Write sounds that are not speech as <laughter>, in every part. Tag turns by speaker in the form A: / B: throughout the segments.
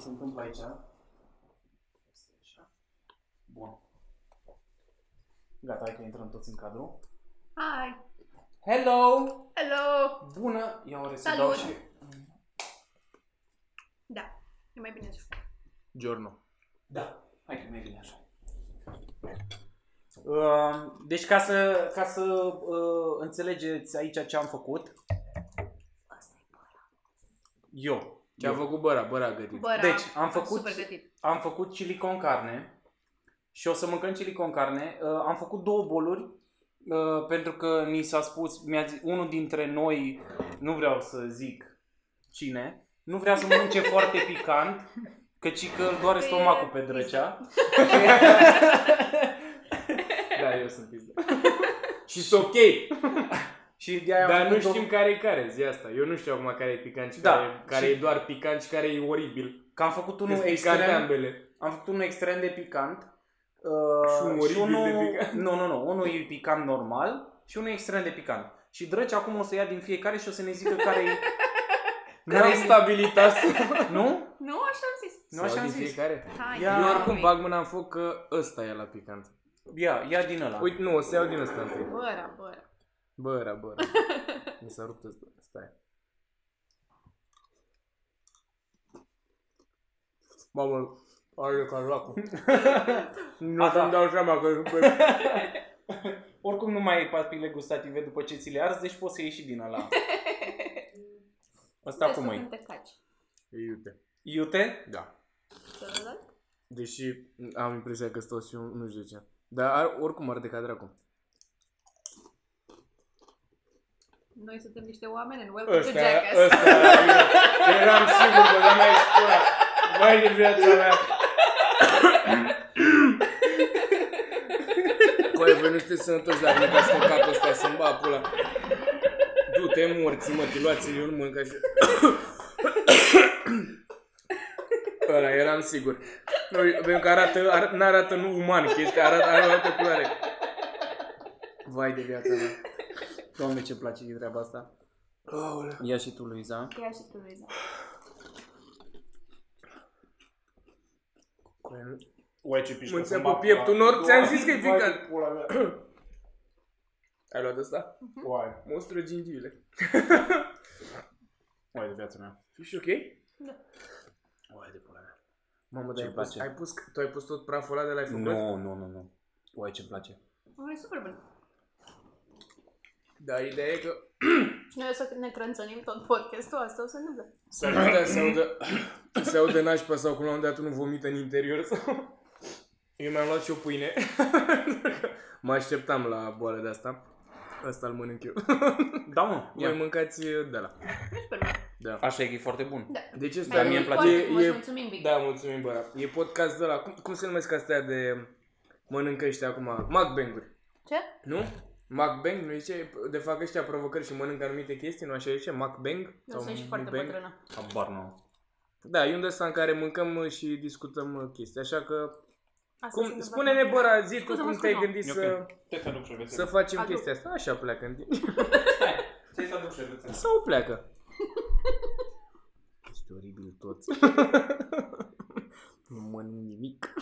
A: se întâmplă aici. Este așa. Bun. Gata, hai că intrăm toți în cadru.
B: Hi!
A: Hello!
B: Hello!
A: Bună! Ia o să
B: Salut!
A: dau și...
B: Da, e mai bine așa.
C: Giorno.
A: Da, hai că mai bine așa. Uh, Deci ca să, ca să uh, înțelegeți aici ce am făcut, eu,
C: Ce-a
A: eu
C: făcut băra? Băra a gătit.
B: Băra,
A: Deci, am făcut-
B: Super gătit.
A: am făcut chili con carne și o să mâncăm chili con carne. Uh, Am făcut două boluri uh, pentru că mi s-a spus, mi-a zis, unul dintre noi, nu vreau să zic cine, nu vrea să mănânce foarte picant, căci că îl doare
B: Păi,
A: stomacul pe
B: pizza.
A: drăcea. <laughs>
C: Da, eu sunt pizda. Și sunt ok,
A: Și de-aia am
C: dar nu
A: făcut două-
C: știm care e care, zi asta. Eu nu știu acum care e picant și
A: Da,
C: care, care
A: și-
C: e doar picant și care e oribil.
A: Că am făcut unul
C: Sunt picante
A: extrem,
C: ambele.
A: am făcut unul extrem de picant. Uh,
C: Și unul oribil de picant.
A: Nu, nu, nu. Unul e picant normal și unul extrem de picant. Și Drăci acum o să ia din fiecare și o să ne zică care e... <laughs>
C: N-am stabilit asta.
A: Nu?
B: Nu, așa am zis.
A: Nu așa
C: Sau
A: am
C: din
A: zis. Da.
C: Fiecare?
B: Hai,
A: Ia-
C: Eu
B: hai.
C: oricum bag mâna în foc că ăsta e la picant.
A: Ia, ia din ăla.
C: Uite, nu, o să iau din ăsta întâi.
B: Băra, băra.
C: Băra, băra.
A: <laughs>
C: Mi s-a rupt ăsta. Stai. Mamă, are
A: <laughs>
C: carlacul. Nu
A: A, da.
C: să-mi dau seama că e pe
A: <laughs> Oricum nu mai ai papile gustative după ce ți le arzi, deci poți să ieși din ăla. Asta
B: Vezi tu
A: cum
B: când
A: e?
B: te caci.
C: Iute.
A: Iute?
C: Da.
B: Celălalt?
C: Deși am impresia că stau și eu, nu știu de ce. Dar ar, oricum arde ca dracu.
B: Noi suntem niște oameni în Welcome to
C: Ăsta,
B: Jackass.
C: ăsta era bine. Eram sigur că l-am mai explorat. Mai de viața mea. Coare, voi nu sunteți sănătoși dacă nu v-ați mâncat ăsta să-mi bag pula. Du-te morți, mă, te luați, eu nu mânc așa. Ăla, eram sigur. Nu, Pentru că arată, ar, n-arată nu uman chestia, arată, are o altă culoare. Vai de viața mea.
A: Doamne, ce place din treaba asta. Ia și tu, Luiza.
B: Ia și tu, Luiza.
A: Uai, ce pișcă.
C: Mânțea pe pieptul nor, ți-am zis că e picant.
A: Pula mea.
C: Ai luat ăsta?
A: Uai.
C: Monstru gingivile.
A: Uai de viața mea.
C: Ești ok?
B: Da.
A: Uai de pula mea.
C: Mamă, dar
A: Ce-mi
C: ai pus,
A: place.
C: ai pus, tu ai pus tot praful ăla de la ai făcut?
A: nu, nu, nu. Uai, ce-mi place.
B: Unul e super bun.
C: Da, ideea e că
B: Și noi o să ne crânțănim tot podcastul asta, o să ne dăm.
C: s-ar putea să audă, <coughs> se audă nașpa sau cum la un dat unul vomită în interior sau... Eu mi-am luat și o pâine. <laughs> mă așteptam la boală de asta. Asta îl mănânc eu.
A: Da, mă.
C: Voi
A: Ia.
C: mâncați uh, de la.
B: E super bun.
C: Da.
A: Așa e că e foarte bun.
B: Da.
C: Deci ăsta
B: Mi-a
C: e-
B: venit
A: mie îmi place.
B: foarte frumos,
C: e-
B: mulțumim, Vic.
C: Da, mulțumim, bă. E podcast de la... Cum, cum se numesc astea de... Mănâncă ăștia acum? Macbang-uri.
B: Ce?
C: Nu? Macbang, nu zice? De fac ăștia provocări și mănâncă anumite chestii, nu așa zice? Macbang?
B: Eu sunt și foarte
C: mukbang?
B: bătrână.
A: Habar nu.
C: Da, e unde ăsta în care mâncăm uh, și discutăm uh, chestii, așa că...
B: Asta se
C: Cum,
B: întâmplă.
C: spune-ne, Bora, zi tu
B: Scuze-mă,
C: cum te-ai
B: scuze-mă.
C: gândit
A: E ok.
C: să,
A: Te să duc și
C: să facem
B: Adu.
C: chestia asta? Așa pleacă în timp.
A: Te să duc și
C: Sau pleacă? <laughs> Este oribil <laughs> tot. nu mănânc nimic.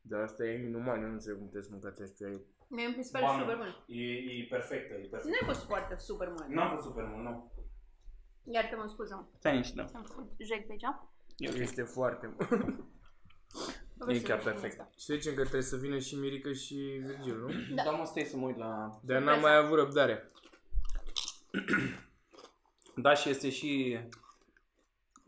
C: Dar asta e inuman, eu nu înțeleg cum puteți mâncați așa ceva.
B: Mie îmi se pare super bun.
A: E, e perfectă, e perfectă.
B: Nu ai fost foarte super mult.
A: N-am fost super mult, nu.
B: Iartă-mă, scuză-mă.
A: Stai nici, da.
B: Ți-am făcut jec pe aici.
C: Este foarte mult.
B: Vrei să
A: chiar
B: vezi cum
A: perfect.
B: asta.
C: Să zicem că trebuie să vină și Mirica și Virgil, nu?
B: Da.
A: Dar mă stai să mă uit la...
C: Dar n-am mai avut răbdare.
A: Da, și este și...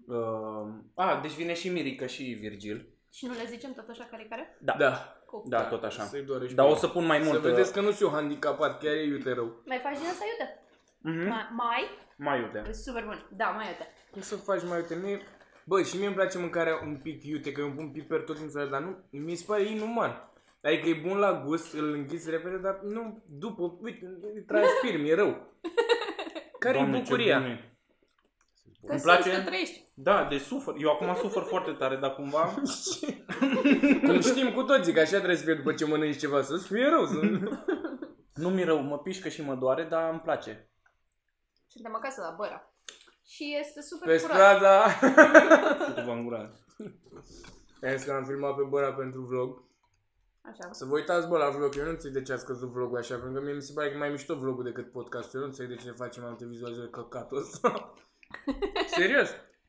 A: Uh, a, deci vine și Mirica și Virgil.
B: Și nu le zicem tot așa care-care?
A: Da.
C: Da.
B: Cu.
A: Da, tot așa.
C: Să-i dorești
A: Dar o
C: bine.
A: să pun mai
C: Să
A: mult. uh,
C: vedeți că nu sunt eu handicapat, chiar e iute rău.
B: Mai faci din asta iute?
A: mm
B: Ma- Mai?
A: Mai iute.
B: E super bun. Da, mai iute.
C: Cum să faci mai iute? Mie... Bă, și mie îmi place mâncarea un pic iute, că eu îmi pun piper tot timpul, dar nu, mi se pare inuman. Adică e bun la gust, îl înghiți repede, dar nu, după, uite, transpir, mi-e
A: <laughs>
C: rău. Care-i
A: Doamne, ce bun
C: bucuria?
A: e.
B: Că
A: Îmi
B: simți
A: place.
B: că trăiești.
A: Da, de sufăr. Eu acum sufăr foarte tare, dar <laughs> cumva...
C: Cum știm cu toții că așa trebuie să fie după ce mănânci ceva, să-ți fie rău. Să...
A: <laughs> Nu mi rău, mă pișcă și mă doare, dar îmi place.
B: Suntem acasă la Băra. și este super
C: Pe
B: curat.
C: strada... Putu-vă în gura. Am zis că am filmat pe Bora pentru vlog.
B: Așa.
C: Să vă uitați, bă, la vlog. Eu nu înțeleg de ce a scăzut vlogul așa, pentru că mie mi se pare că e mai mișto vlogul decât podcastul. Eu nu înțeleg de ce ne facem alte vizualizări căcatul <laughs> ăsta. Serios?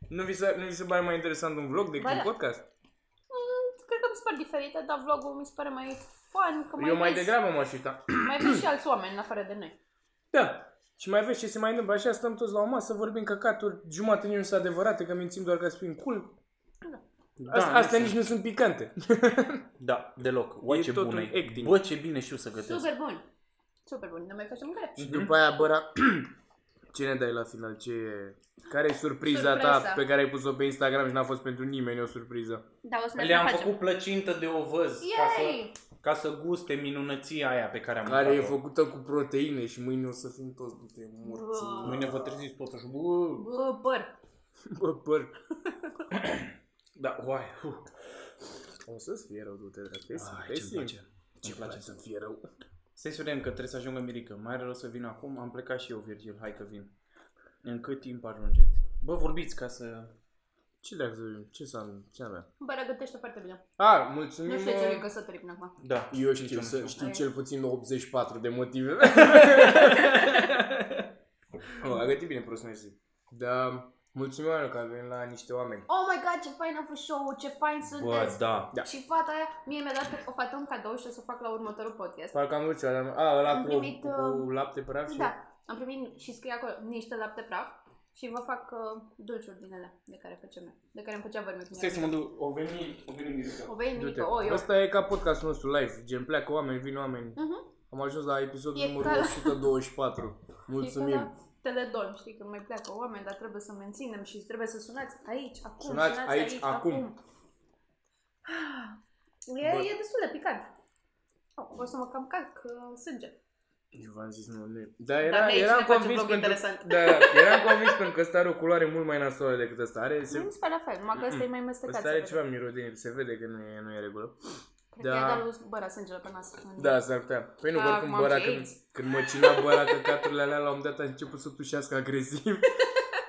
C: Nu vi, se, nu vi se pare mai interesant un vlog decât
B: Bă,
C: un
B: da.
C: podcast?
B: Mm, Cred că mi se par diferite, dar vlogul mi se pare mai fun, că mai
C: Eu mai
B: vezi-
C: degrabă m-aș uita.
B: Mai vezi și alți oameni în afară de noi.
C: Da. Și mai vezi ce se mai întâmplă. Așa stăm toți la o masă, vorbim căcaturi, jumate nici nu sunt adevărate, că mințim doar ca să fim cool.
D: Da,
C: Asta,
D: nu
C: astea
D: știu.
C: nici nu sunt picante.
D: Da, deloc. Bă,
C: E
D: ce
C: totul
D: bună e.
C: acting.
D: Bă, ce bine știu să gătesc.
B: Super bun. Super bun. Ne mai facem mâncare.
C: Și după aia, Băra, <clears throat> ce ne dai la final? Ce e? Care e surpriza
B: Surpresa.
C: ta pe care ai pus-o pe Instagram și n-a fost pentru nimeni o surpriză?
B: Da, o să ne
D: Le-am
B: facem.
D: făcut plăcintă de ovăz ca să,
B: Yay!
D: ca să guste minunăția aia pe care am
C: Care e
D: mâncat-o.
C: făcută cu proteine și mâine o să fim toți dintre morți.
B: Bă.
D: Mâine vă treziți totuși. Bă,
B: Bă, păr.
C: Bă, păr.
D: da, uai. Uh.
C: O să-ți fie rău, du-te,
D: Ai,
C: drag.
D: ce-mi place.
C: Ce place să fie rău.
D: Să-i spunem că trebuie să ajungă Mirica. Mai rău să vin acum. Am plecat și eu, Virgil. Hai că vin. În cât timp ajungeți? Bă, vorbiți ca să...
C: Ce dracu să fim? Ce s-a ce avea?
B: Bă, gătește foarte bine.
C: A, mulțumim.
B: Nu știu ce
C: uh,
B: e căsătorii până acum.
D: <laughs> Da,
C: Eu știu,
D: Nici
C: să,
D: nu
C: știu
B: Ai.
C: cel puțin 84 de
D: <laughs>
C: motive. Bă, a gătit bine prost, mersi. Da, mulțumim oameni că a venit la niște oameni.
B: Oh my god, ce fain a fost show-ul, ce fain
D: Bă,
B: sunteți!
D: da.
C: da.
B: Și fata aia, mie mi-a dat o fată un cadou și o să o fac la următorul podcast.
C: Parcă am văzut, am... a, Ah, ăla
B: Am
C: cu,
B: primit,
C: cu,
B: uh,
C: cu lapte praf și...
B: Da, am primit și scrie acolo niște lapte praf și vă fac uh, dulciuri din alea de care facem eu, de care îmi făcea bărmi cu
D: Stai să mă duc. O veni, o veni Mirica.
B: O vei
C: Du-te.
B: mică, o oh, eu.
C: Asta e ca podcastul nostru live, gen pleacă oameni, vin oameni.
B: Mhm.
C: Am ajuns la episodul
B: E
C: numărul
B: ca la-
C: 124.
B: <laughs> E
C: Mulțumim.
B: ca la Teledorm, știi, când mai pleacă oameni, dar trebuie să menținem și trebuie să sunați aici, acum,
C: Sunați aici, acum.
B: E,
C: Bă.
B: e destul de picant. Oh, o să mă cam calc uh, sânge.
C: Eu v-am zis, nu, nu. e- Dar
B: Dar
C: era,
B: de aici ne
C: eram
B: facem
C: convins
B: vlog
C: pentru...
B: interesant.
C: Da, da, eram convins pentru că ăsta are o culoare mult mai nasoală decât ăsta. Are,
B: Se...
C: se,
B: Nu mi se pare la fel, numai că ăsta e mai mestecat.
C: ăsta are ceva mirodenie, se vede că nu e, nu e regulă.
B: Cred da.
C: Da.
B: că i-a dat lui Băra sângele pe nas.
C: Da, s-ar putea. Păi nu,
B: Fac,
C: oricum
B: m-am
C: băra
B: și
C: când,
B: aici.
C: când
B: <laughs>
C: măcina băra căcaturile alea, la un moment dat a început să tușească agresiv.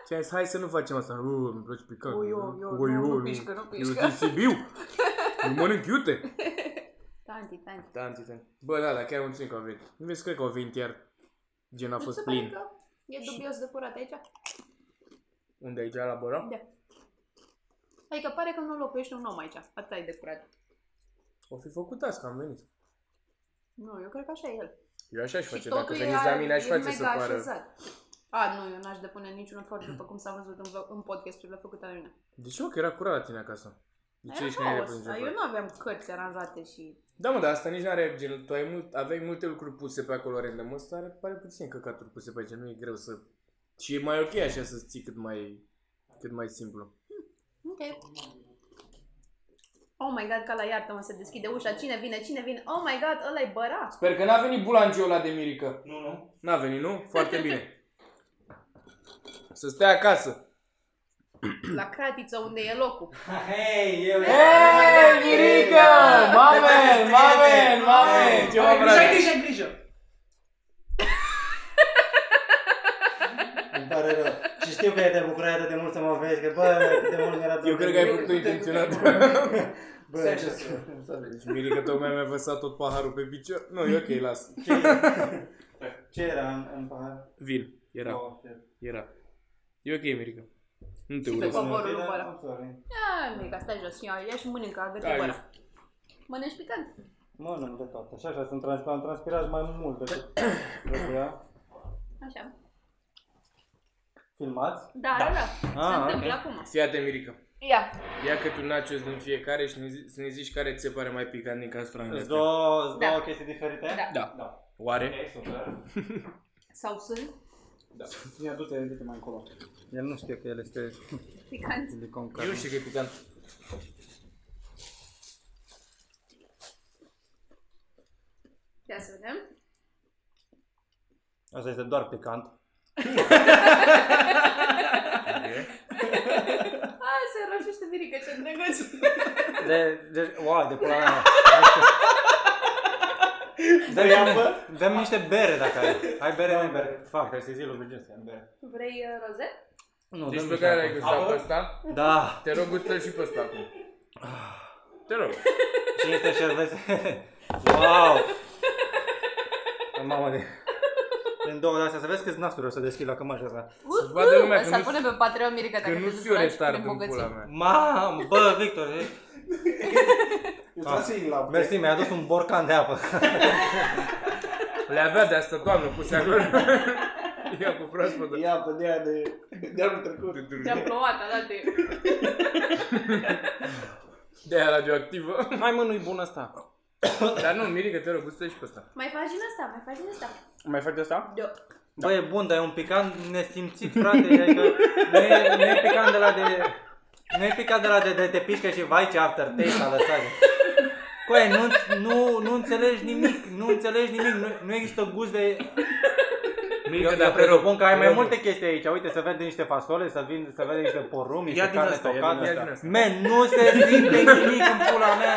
C: Și am zis, hai să nu facem asta. Uuu, îmi place picant.
B: Ui, ui, ui, nu, nu pișcă, nu pișcă.
C: Eu sunt
B: <laughs>
C: Sibiu. Nu mănânc iute.
B: Tanti, tanti.
C: Da, antitan. Bă, da, da, chiar mulțumim că au venit. Nu vezi, cred că au venit iar. Gen a
B: Nu ți
C: fost
B: se pare
C: plin.
B: că E dubios de curat aici?
C: Unde aici la băra?
B: Da. Adică pare că nu locuiești un om aici. Atât ai de curat.
C: O fi făcut asta, am venit.
B: Nu, eu cred că așa e el.
C: Eu așa aș face,
B: și
C: dacă
B: totul e,
C: veniți la mine aș
B: e
C: face
B: mega
C: să pară.
B: așezat. A, nu, eu n-aș depune niciun efort după cum s-a văzut în, vlog- în podcasturile făcute la mine.
C: De ce mă, că era curat la tine acasă? De ce
B: Era
C: ești mai
B: haos,
C: repede?
B: dar Eu nu aveam cărți aranjate și...
C: Da, mă, dar asta nici nu are gen, tu ai mult, aveai multe lucruri puse pe acolo random, ăsta are, pare puțin căcaturi puse pe aici, nu e greu să... Și e mai ok așa să ții cât mai, cât mai simplu.
B: Ok. Oh my god, ca la iartă mă se deschide ușa. Cine vine? Cine vine? Oh my god, ăla e băra.
C: Sper că n-a venit bulangiul ăla de mirică.
D: Nu, nu.
C: N-a venit, nu? Foarte bine. Să stea acasă.
B: La cratiță unde e locul.
D: Hei, eu.
C: Hei, Mirica! Mamen, mamen, mamen! Ce mă,
D: Ai
C: frate?
D: grijă, ai grijă.
E: Îmi pare rău. Și știu că te-ai bucurat atât de mult să mă vezi, că bă, cât de mult mi-era
C: Eu cred că ai făcut-o intenționat.
E: Bă,
D: Stai
E: ce
D: așa.
E: să-
C: Deci Mirica tocmai mi-a vărsat tot paharul pe picior. Nu, e ok, las.
E: Ce era în, în pahar?
C: Vin. Era,
E: Două, trei.
C: era. E ok, Mirica. Nu te
B: Și pe
C: urăsc.
B: covorul lui
E: Da,
B: Bara.
E: I'm sorry.
B: Ia, mica, stai jos și ia, ia și mănâncă, a
C: Da,
B: gătit băra. Mănânci picant?
E: Nu, nu, de toate. Și așa, sunt trans, am transpirat mai mult decât trebuia.
B: Așa.
E: Filmați?
B: Da, da, da. Se
E: Ah,
B: întâmplă
E: ok.
B: acum.
C: Fii atent, Mirica.
B: Ia.
C: Ia câte un nachos din fiecare și ne zi- să ne zici care ți se pare mai picant din castranele
E: Sunt
C: astea.
E: două, sunt
B: Da.
E: două chestii diferite?
B: Da.
C: Da.
E: Da.
C: Oare?
E: Ok, super.
B: Sau sunt
E: Da. Ia, du-te, du-te mai încolo. El nu știe că el este
B: picant.
E: silicon
C: Eu nu știu că e picant.
B: Ia să vedem.
E: Asta este doar picant.
B: A, se roșește virică, ce drăguț.
E: De, de, wow, de pula mea. Dă-mi, niște- dă-mi niște bere dacă ai. Ai bere, nu ai bere. Fac, trebuie să-i zi lui Virgil să ia bere.
B: Vrei uh, roze?
E: Nu,
C: Deci
E: dă-mi
C: pe
E: niște
C: care ai
E: apă.
C: gustat pe ăsta?
E: Da,
C: Te rog, gustă și pe ăsta acum. Ah. Te rog.
E: și niște șervețe. wow! Mamă de... În două de astea, să vezi câți nasuri o să deschid la cămașa asta.
C: Să vadă lumea că
B: Să
C: nu-
B: pune pe Patreon Mirica
C: Că
B: dacă
C: nu
B: te
C: fiu
B: desfaci, ne
C: retard în pula
B: îmbogățim.
C: mea.
E: Mamă, bă, Victor, e-
F: Eu trasei la
E: mersi, mi-ai adus un borcan de apă.
C: Le avea de asta toamnă puse acolo. <laughs> Ia cu proaspătă.
F: Ia pe de aia de, de anul trecut.
B: Te-a plouat, alate.
C: De aia radioactivă.
A: Hai mă, nu-i bun asta.
C: <coughs> Dar nu, Mirica, te rog, gustă și pe ăsta.
B: Mai faci din asta, mai faci din asta.
A: Mai faci de asta?
B: Da. <laughs>
E: Bă, e bun, dar e un picant nesimțit, frate, adică nu e, nu e picant de la de... Nu e picant de la de, de te pișcă și vai ce aftertaste a lăsat. Coe, nu, nu, nu înțelegi nimic, nu înțelegi nimic, nu, nu există gust de... Eu,
C: Mirica,
E: eu
C: dar te rog.
E: presupun că ai
C: te
E: mai
C: rog.
E: multe chestii aici, uite, să vede niște fasole, să, vin, să vede niște porumb, niște
A: Ia din
E: carne
A: asta, ia din
E: tocată.
C: Ia din asta.
E: Man, nu se simte nimic în pula mea.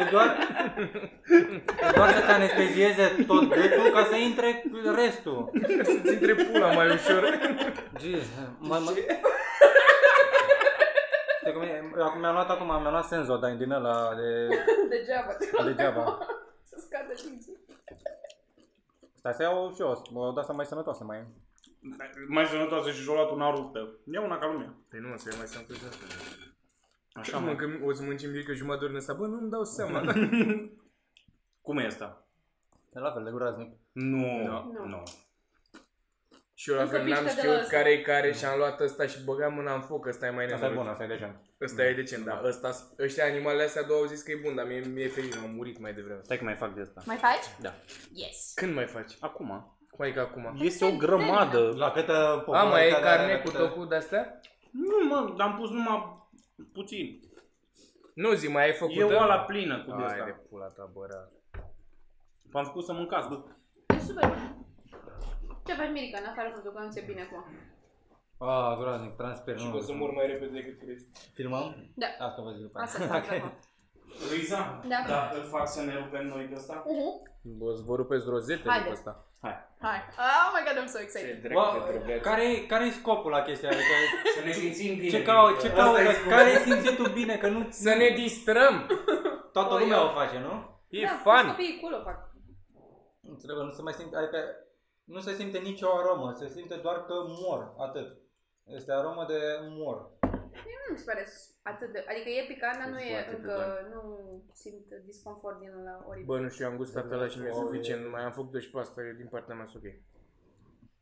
E: E doar, e doar să te anestezieze tot gâtul ca să intre restul.
C: Să-ți intre pula mai ușor.
E: Jeez, mă, mă... <laughs> Știi cum e? Acum mi-am luat acum, mi-am luat senzo, dar din ăla de...
B: Degeaba.
E: Degeaba.
B: <laughs> Să scadă dinții.
E: Stai să iau și eu, o dau să mai sănătoasă mai e.
A: Mai sănătoasă și și-o luat una ruptă. Ia una ca lumea.
C: Păi nu, mă, să mai sunt cu asta.
A: Așa
C: Așa,
A: mă.
C: mă, că o să mâncim Mirica jumătate de oră în asta. Bă, nu-mi dau <laughs> seama.
A: Cum e asta?
E: E la fel de groaznic.
A: Nu.
C: Da.
B: Nu.
A: Nu.
C: Și eu la fel
B: Încă
C: n-am
B: piște de la
C: știut
B: ăsta.
C: care e care și am luat ăsta și băgam mâna în foc, ăsta e mai
E: Asta e bun,
C: nenorocit.
E: asta e decent.
C: Ăsta e decent, da. Ăsta, ăștia animalele astea două au zis că e bun, dar mie mi-e frică, am murit mai devreme.
A: Stai că mai fac de asta.
B: Mai faci?
A: Da.
B: Yes.
C: Când mai faci?
A: Acum.
C: Cum adică acum?
A: Este o grămadă.
E: La câtă
C: A, mai e
E: popularitate are,
C: carne
E: la
C: cu
E: câtă-
C: tocul de-astea?
A: Nu mă, dar am pus numai puțin.
C: Nu zi, mai ai făcut
A: E oala plină cu de
C: Hai de
A: asta.
C: pula ta, bă, rar.
A: V-am făcut să mâncați, bă.
B: E super bun. Ce faci, Mirica, în afară faptul că nu ți-e bine acum?
E: Ah, groaznic, transpir,
C: Și o să mor
E: nu.
C: mai repede decât crezi.
E: Filmăm?
B: Da.
E: Asta vă zic
C: <laughs>
E: după
B: Asta
E: aia.
B: stai acum.
A: Luiza?
B: Da.
A: Da, îl fac să ne rupem noi de asta?
B: Uhu.
C: O să vă rupeți rozetele
B: Haide.
C: cu ăsta.
B: Hai. Oh my god, I'm so excited.
E: Bă, care, care e scopul la chestia? Adică,
A: Să ne simțim bine.
E: ce cau, ce
A: Asta
E: cau,
A: e
E: care ai simțit tu bine, că nu
C: Să ne distrăm!
E: toată lumea o face, nu?
C: E
B: da,
C: fun!
B: Copiii cool o fac.
E: Nu Trebuie, nu se mai simte, adică nu se simte nicio aromă, se simte doar că mor, atât. Este aromă de mor.
B: Nu mi se pare atât de... Adică e picant, dar nu e
A: foarte
B: încă... Nu simt disconfort din la oribil.
C: da. Bă, nu știu, eu am gustat ăla și mi-e suficient. Mai am făcut și pe asta, eu din partea mea sunt ok.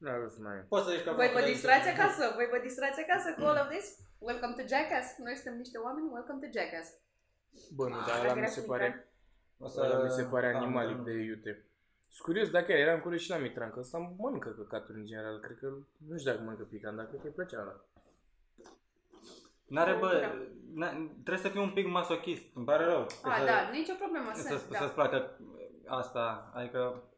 C: N-a răs, n-a răs.
E: Poți să zici că...
B: Voi vă distrați acasă, voi vă distrați acasă cu all of this. Welcome to Jackass. Noi suntem niște oameni, welcome to Jackass.
C: Bă, nu, dar
B: Ah,
C: ăla mi se
B: grasnică.
C: pare,
E: O
C: ăla Păi, mi se pare
E: da,
C: animalic
E: da,
C: de iute. Sunt curios dacă era, eram curios și la Mitran, că ăsta mănâncă căcaturi în general, cred că, nu știu dacă mănâncă picant, dar cred că îi plăcea ăla.
E: N-are,
B: Da.
E: bă, n-a- trebuie să fii un pic masochist, îmi pare rău.
B: Ah,
E: Să-
B: da, nicio problemă,
E: Să,
B: sunt,
E: să-ți
B: da.
E: placă asta, adică...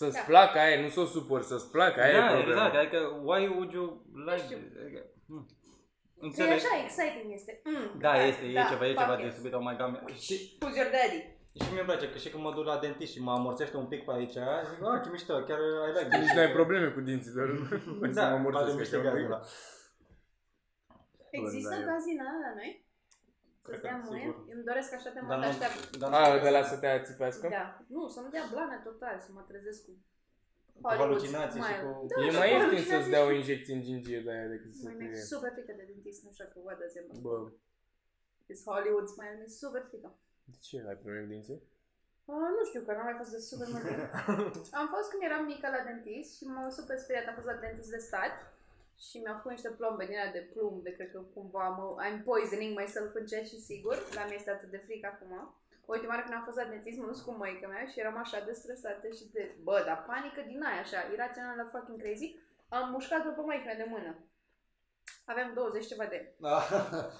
C: Să-ți
B: Da.
C: placă aia, nu să o supor, să-ți placă, aia e
E: da,
C: problema.
E: exact, adică why would you
B: știu.
E: like... adică, mm.
B: Că e
E: Înțeleg.
B: așa, exciting este. Mm,
E: Da, este, e ceva, e ceva
B: fuck
E: de
B: yes.
E: subit, oh my god. Și
B: Who's your daddy?
E: Și mie îmi place că și când mă duc la dentist și mă amorțește un pic pe aici, zic, ah, ce mișto, chiar ai like
C: Nici n-ai probleme cu dinții, doar
E: <laughs>
C: să mă
E: Da,
C: amorțesc
E: bate
C: ăștia
E: miște
C: un
E: gazul
C: pic.
E: ăla.
B: Există
C: da, eu-
B: gazina la noi? Să
C: Cred
B: dea
C: că,
B: muie?
C: sigur.
B: Îmi doresc așa de
E: Dar
B: mult,
E: nu,
B: aștept.
E: dar nu-
C: A, de la să te ațipească?
B: Da. Nu, să-mi dea blană total, să mă trezesc cu
E: cu halucinații și
B: smile.
E: cu...
C: E
B: Da,
C: mai
B: da, <laughs>
C: ieftin
B: halucinații
C: să-ți dea o
B: și-
C: injecție în gingie de aia decât să
B: Mai mi-e
C: te...
B: e super frică de dentist, nu știu că what does it mean.
C: Bă,
B: This Hollywood smile, mi-e super frică.
C: de ce ai probleme cu dinții?
B: A, Ah, nu știu, că n-am mai fost de super mult timp. Am fost când eram mică la dentist și m-am super speriat, am fost la dentist de stat și mi-au făcut niște plombe din alea de plumb, de cred că cumva mă, I'm poisoning myself încet și sigur, dar mi-este atât de frică acum. Ultima oară când am fost la dentist, mă dus cu măica mea și eram așa de stresată și de, bă, dar panică din aia așa, irațională, fucking crazy, am mușcat-o pe măica mea de mână. Aveam 20 ceva de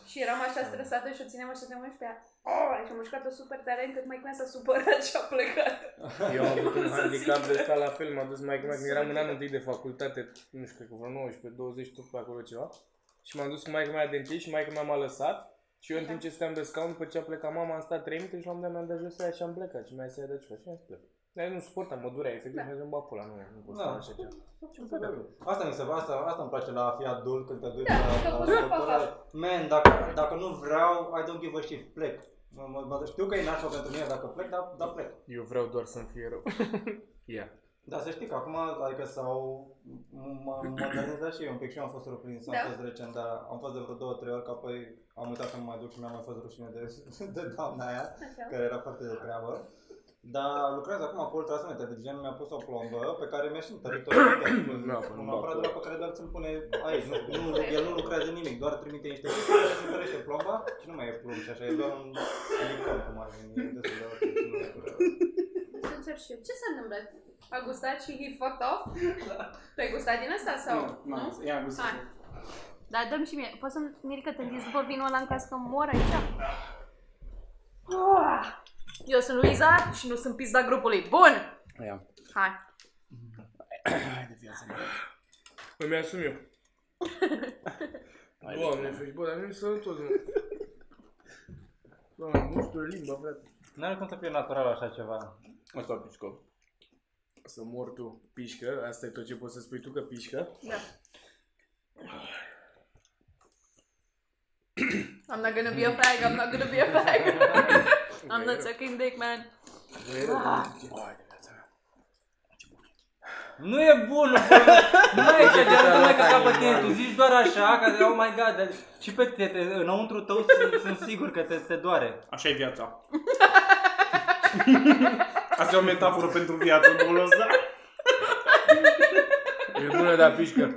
B: și eram așa stresată și o țineam așa de mult și pe ea oh, și am mușcat-o super tare încât mai mea s-a supărat și a plecat. <laughs>
C: Eu am avut un
B: Să
C: handicap
B: zic.
C: de stat la fel, m-a dus mai când eram în anul întâi de facultate, nu știu, cred că vreo 19, 20, tot pe acolo ceva. Și m-am dus cu maica mea dentist și maica mea m-a lăsat. Și eu în timp ce stăteam pe scaun, după ce a plecat mama, am stat 3 minute și l-am dat, mi-am dat jos aia și am plecat. Și mi-a zis, ia de ceva și mi-a zis, plec. Dar eu nu suportam, mă durea efectiv,
B: Da.
C: da. mi-a zis, pula, nu, nu pot
E: Da.
C: da. așa ceva.
E: <laughs> Asta mi se asta, asta îmi place la a fi adult când te duci
B: Da,
E: la,
B: că
E: la,
B: poți să faci asta.
E: Man, dacă, dacă nu vreau, I don't give a shit, plec. Mă, mă, mă, știu că e nașpa pentru mine dacă plec, dar, dar plec.
C: Eu vreau doar să-mi fie <laughs> rău.
E: Dar Da, să știi că acum, adică s-au m- mă modernizat și eu un pic și eu am fost surprins, am
B: Da.
E: fost recent, dar am fost de vreo două, trei ori, că apoi am uitat să mă mai duc și mi-a mai fost rușine de, <laughs> de doamna aia.
B: Așa.
E: care era foarte de treabă. Dar lucrez acum cu ultrasonete, de gen mi-a pus o plombă pe care mi-a și întărit-o. un aparat la pe care doar ți-l pune aici. Nu, nu, el nu lucrează nimic, doar trimite niște chestii care îți întărește plomba și nu mai e plumb și așa, e doar un silicon cum ar veni. e destul de ok, nu e prea rău.
B: Să încerc și eu. Ce s-a întâmplat? A gustat și he fucked <laughs> off? Tu ai gustat din asta sau?
A: Nu, nu, ia gustul.
B: Hai. Dar dăm și mie. Poți să-mi mirică te dizbor vinul ăla în caz că mor aici? Ah! Eu sunt Luiza și nu sunt pizda grupului. Bun!
G: Ia.
B: Hai.
C: Îmi asum <laughs> eu. Doamne, ferește, bă, dar nu-i sănătos, <laughs> mă. Doamne, gustul limba, frate.
H: N-are cum să fie natural așa ceva.
G: Asta pisco.
C: Să mor tu, pișcă, asta e tot ce poți să spui tu, că pișcă.
B: Da. I'm not gonna be a fag, I'm not gonna be a fag. I'm not sucking dick, man.
C: Ah.
H: Nu e bun, nu, nu mai exagerat, nu mai caca pe tine, tu zici doar așa, că oh my god, dar și pe tine, te- înăuntru tău sunt, sunt sigur că te, te doare.
A: Așa e <laughs> viața. Asta e o metaforă pentru viață, bolul ăsta.
C: E bună, dar pișcă.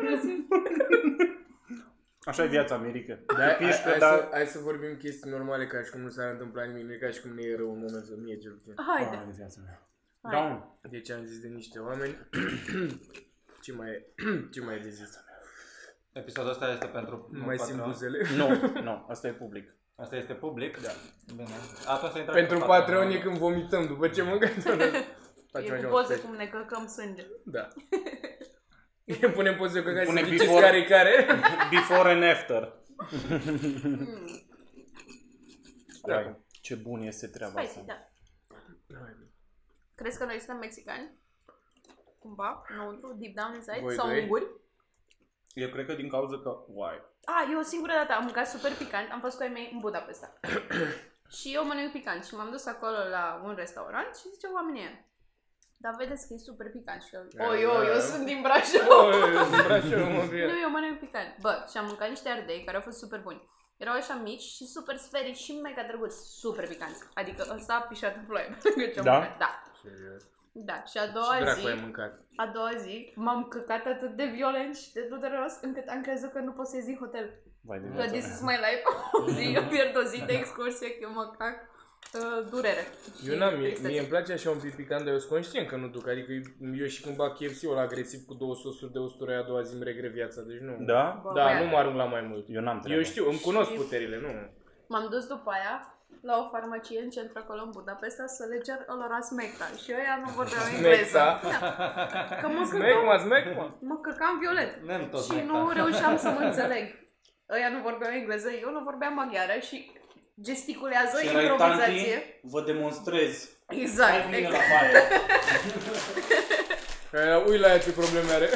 A: Așa e viața, Mirica.
C: Da, hai,
A: pișcă,
C: hai,
A: dar-
C: să, hai să vorbim chestii normale, ca și cum nu s-ar întâmpla nimic, nu e ca și cum ne e rău în momentul, mie cel puțin.
B: Haide.
A: Ah, Down.
C: Deci am zis de niște oameni, <clears throat> ce mai e, <clears throat> ce mai e de zis?
H: Episodul ăsta este pentru
C: Mai simt
H: Patreon.
C: buzele.
G: Nu, nu, asta e public.
H: Asta este public? Da. Bine. Atunci să intrăm
C: <laughs> Pentru
H: pe
C: Patreon e când vomităm după ce mâncăm.
B: <laughs> E
C: Facem așa
B: cu
C: un
B: poze
C: special.
B: cum ne căcăm sânge.
C: Da. <laughs> Ne punem poze cu care să
G: Punem
C: ghiciți
G: before-
C: care <laughs> care.
G: Before and <laughs> after.
B: Mm.
A: Da.
G: Vai, ce bun este treaba
B: Hai,
G: asta.
B: da. Crezi că noi suntem mexicani? Cumva, înăuntru, deep down inside?
C: Voi
B: Sau
C: doi?
B: unguri?
A: Eu cred că din cauza că... Why?
B: A, eu Ah, o singură dată am mâncat super picant, am fost cu ai mei în Budapesta. și eu mănânc picant și m-am dus acolo la un restaurant și zice oamenii ăia, dar vedeți că e super picant și eu, oi, oi, eu sunt din Brașov. Nu, eu mănânc picant. Bă, și am mâncat niște ardei care au fost super buni. Erau așa mici și super sferici și mega drăguți, super picanți. Adică ăsta a pișat în ploaie. <laughs> lângă ce am
G: Da?
B: mâncat. Da. Da, și a doua
C: Dracu ai
B: zi,
C: mâncat.
B: a doua zi, m-am căcat atât de violent și de dureros încât am crezut că nu pot să ies din hotel.
G: Vai de
B: Că
C: da.
G: viața
B: this
G: mea.
B: is my
C: <laughs>
B: life. O zi, eu pierd o zi de excursie, că eu mă cac. Uh, durere.
C: Eu n-am, mie,
B: Tristețe.
C: mie îmi place așa un pic picant, dar eu sunt conștient că nu duc. Adică eu și când bag KFC-ul ăla agresiv cu două sosuri de usturoi, a doua zi îmi regre viața, deci nu.
G: Da?
B: Bă,
C: Da,
B: băiat.
C: nu mă arunc la mai mult.
G: Eu n-am treabă.
C: Eu știu, îmi cunosc
B: Și-
C: puterile,
B: <laughs>
C: nu.
B: M-am dus după aia la o farmacie în centru acolo în Budapesta să le cer olora smecta și eu ea nu vorbeau engleză.
C: Smecta?
B: Da. Că mă
C: Smec,
B: căcam,
C: mă, smec, mă.
B: mă căcam violent
H: Ne tot
B: și nu reușeam să mă înțeleg. Ăia nu vorbeau engleză, eu nu vorbeam maghiară și gesticulează
A: Și erai
B: improvizație.
A: tanti, Vă demonstrez. Hai cu
B: Exact,
A: mine la
B: exact.
A: baie.
C: Eh, Ui la ea ce probleme are.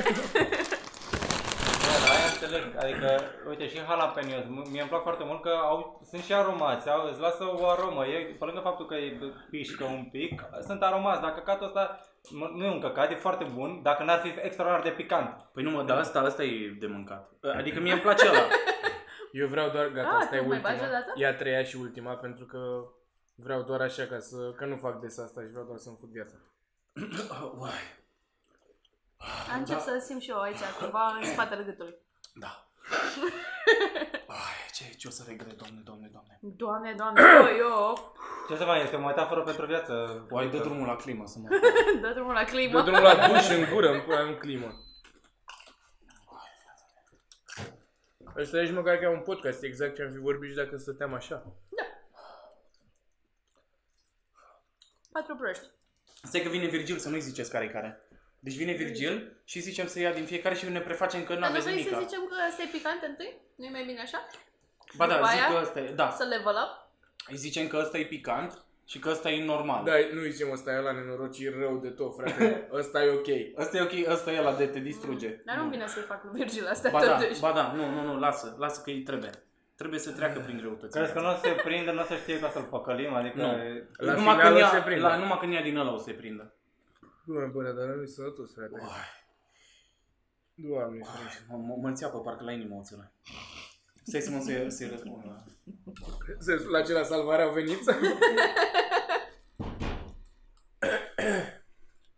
H: Da, aia înțeleg. Adică, uite, și jalapenos. M- Mie îmi plac foarte mult că au, sunt și aromați. Au, îți lasă o aromă. E, pe lângă faptul că e pișcă un pic, sunt aromați. Dar căcatul ăsta m- nu e un căcat, e foarte bun, dacă n-ar fi extraordinar de picant.
A: Păi nu mă, dar asta, asta e de mâncat. Adică mie îmi place ăla.
C: <laughs> Eu vreau doar, gata,
B: Ah,
C: asta e
B: tu mai
C: ultima.
B: bagi odată?
C: E a treia și ultima, pentru că vreau doar așa, ca să, că nu fac des asta și vreau doar să-mi fug viața.
B: Am început să simt și eu aici, cumva în spatele gâtului.
A: Da. Ai, ce, ce o să regret, doamne, doamne, doamne.
B: Doamne, doamne, eu, eu, <coughs>
H: Ce să mai este o metaforă pentru viață.
A: Oai, dă drumul la climă să mă...
B: dă drumul la
C: Dă
B: climă.
C: drumul la duș în gură, îmi pula în climă. Ăsta ești măcar că e un podcast, exact ce am fi vorbit și dacă stăteam așa.
B: Da. Patru proști.
A: Stai că vine Virgil, să nu-i ziceți care care. Deci vine Virgil și zicem să ia din fiecare și ne prefacem că
B: Dar nu
A: n-aveți
B: vrei
A: nimic.
B: să zicem că asta e picant întâi? Nu-i mai bine așa?
A: Ba
B: După
A: da, zic
B: aia?
A: că ăsta e, da.
B: Să level up?
A: Îi zicem că ăsta e picant Și că ăsta e normal.
C: Da, nu zicem ăsta e la nenorocit rău de tot, <laughs> frate. ăsta e ok.
A: Ăsta e ok, ăsta e la de te distruge.
B: Dar nu vine să-i fac lui Virgil astea
D: Ba da,
B: <laughs> totuși.
D: ba da, nu, nu, nu, lasă, lasă că îi trebuie. Trebuie să treacă prin greutăți.
E: Crezi că nu o să se prinde, nu o să știe ca să-l păcălim, adică...
A: Nu.
C: La
D: numai,
C: final
D: când
C: o
D: ia,
C: se prinde.
D: la, numai când ia din ăla o să se prindă.
C: Doamne, bă, dar nu-i sănătos, frate. Doamne, frate.
D: Mă, mă, mă înțeapă parcă la inimă oțelă. Stai să mă să-i să-i răspund la...
C: Să- La ce la salvare au venit? <laughs>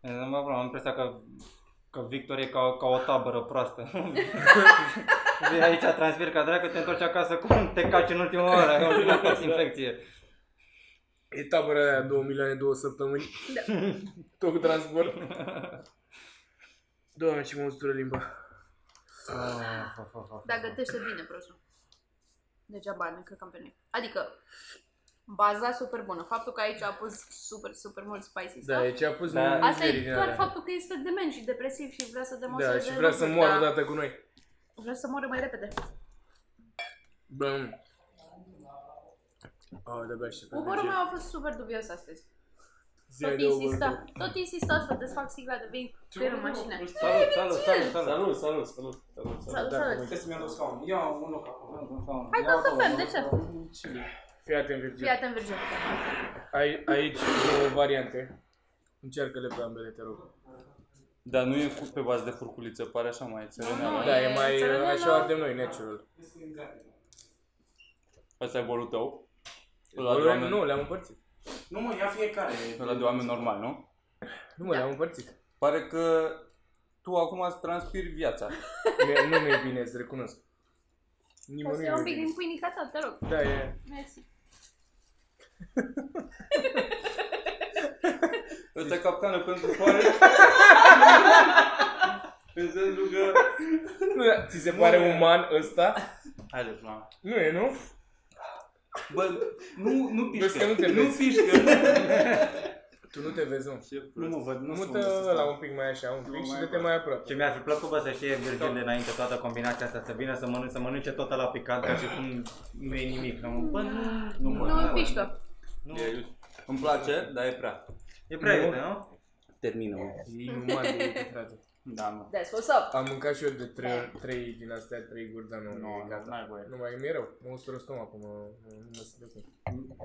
E: E, Nu mă vreau, am impresia că, că Victor e ca, ca o tabără proastă. Vii aici, transpir ca dracu, te întorci acasă cu te caci în ultima oră, ai o ultima infecție.
C: E tabăra aia 2 milioane, 2 săptămâni. Da. <laughs> Tot cu transport. Doamne, ce mă ustură limba.
B: Dar gătește bine prostul. Degeaba ne căcăm pe noi. Adică, baza super bună. Faptul că aici a pus super, super mult spicy stuff.
C: Da, e ce a pus
A: Da.
C: da.
B: Asta e doar faptul că este dement și depresiv și vrea să demonstreze
C: Da, și vrea să
B: lucruri,
C: moară
B: dar
C: odată cu noi.
B: Vrea să moară mai repede.
C: Bă, nu. Oh, de-abia aștept.
B: Uborul meu a fost super dubios astăzi.
C: Ziua
B: Tot
C: de Uber.
B: insista, tot insista să desfac sigla de vin pe în mașină.
E: Salut, salut, salut, salut.
I: Salut, salut, salut. salut, salut.
B: Salut, salut.
J: Trebuie să mi-am dus scaun.
A: Ia un loc acolo.
B: Hai că căpem, de ce?
C: Fii atent, Virgil.
B: Fii atent, Virgil.
C: Ai, aici două variante. Încearcă-le pe ambele, te rog.
B: Păi,
I: Dar nu e cu, pe bază de furculiță, pare așa mai țărâneală.
B: Nu,
C: Da, e mai
B: țărânelă.
C: așa o ardem noi, natural.
I: Asta e bolul tău? Ăla de
C: Boluri,
I: oameni,
C: nu, le-am împărțit.
A: Nu mă, ia fiecare.
I: ăla de oameni normal, nu?
C: Nu,
B: Da.
C: mă, le-am împărțit.
I: Pare că tu acum îți transpiri viața.
C: Mie- <laughs> Nu mi-e bine, îți recunosc.
B: O să
C: Nimănui
B: iau un
C: nu
B: pic din pâinica ta, te rog.
C: Da, e.
B: Mersi.
I: Ăsta e capcană pentru soare. În sensul că...
C: Nu, da, ți se pare uman ăsta?
A: Hai de plan.
C: Nu e, nu?
A: Bă, nu, nu
C: Vezi că
A: pișcă.
C: nu te
A: Nu
C: vezi.
A: pișcă.
C: Tu nu te vezi, nu.
A: Nu mă văd, nu știu unde să
C: Mută ăla
A: stau.
C: un pic mai așa, un pic și
A: mai
C: dă-te mai aproape.
E: Ce mi-ar fi plăcut, bă, să știe Virgil de înainte toată combinația asta, să vină să mănânce, să mănânce tot la picat, ca și cum nu e nimic. Nu, bă, nu,
B: Nu mă pișcă.
E: nu.
I: E- Îmi place, dar e prea.
E: E prea iute, nu?
I: Termină, mă.
C: E inuman de iute, frate.
A: Da, nu.
B: That's what's up.
C: Am mâncat și eu de trei, ori- trei din astea, trei guri, dar nu, nu,
A: Nu,
C: e gata.
A: n-ai voie.
C: Nu mai mi-e rău, mă ustură stomacul, mă, mă, nu mă simt ok.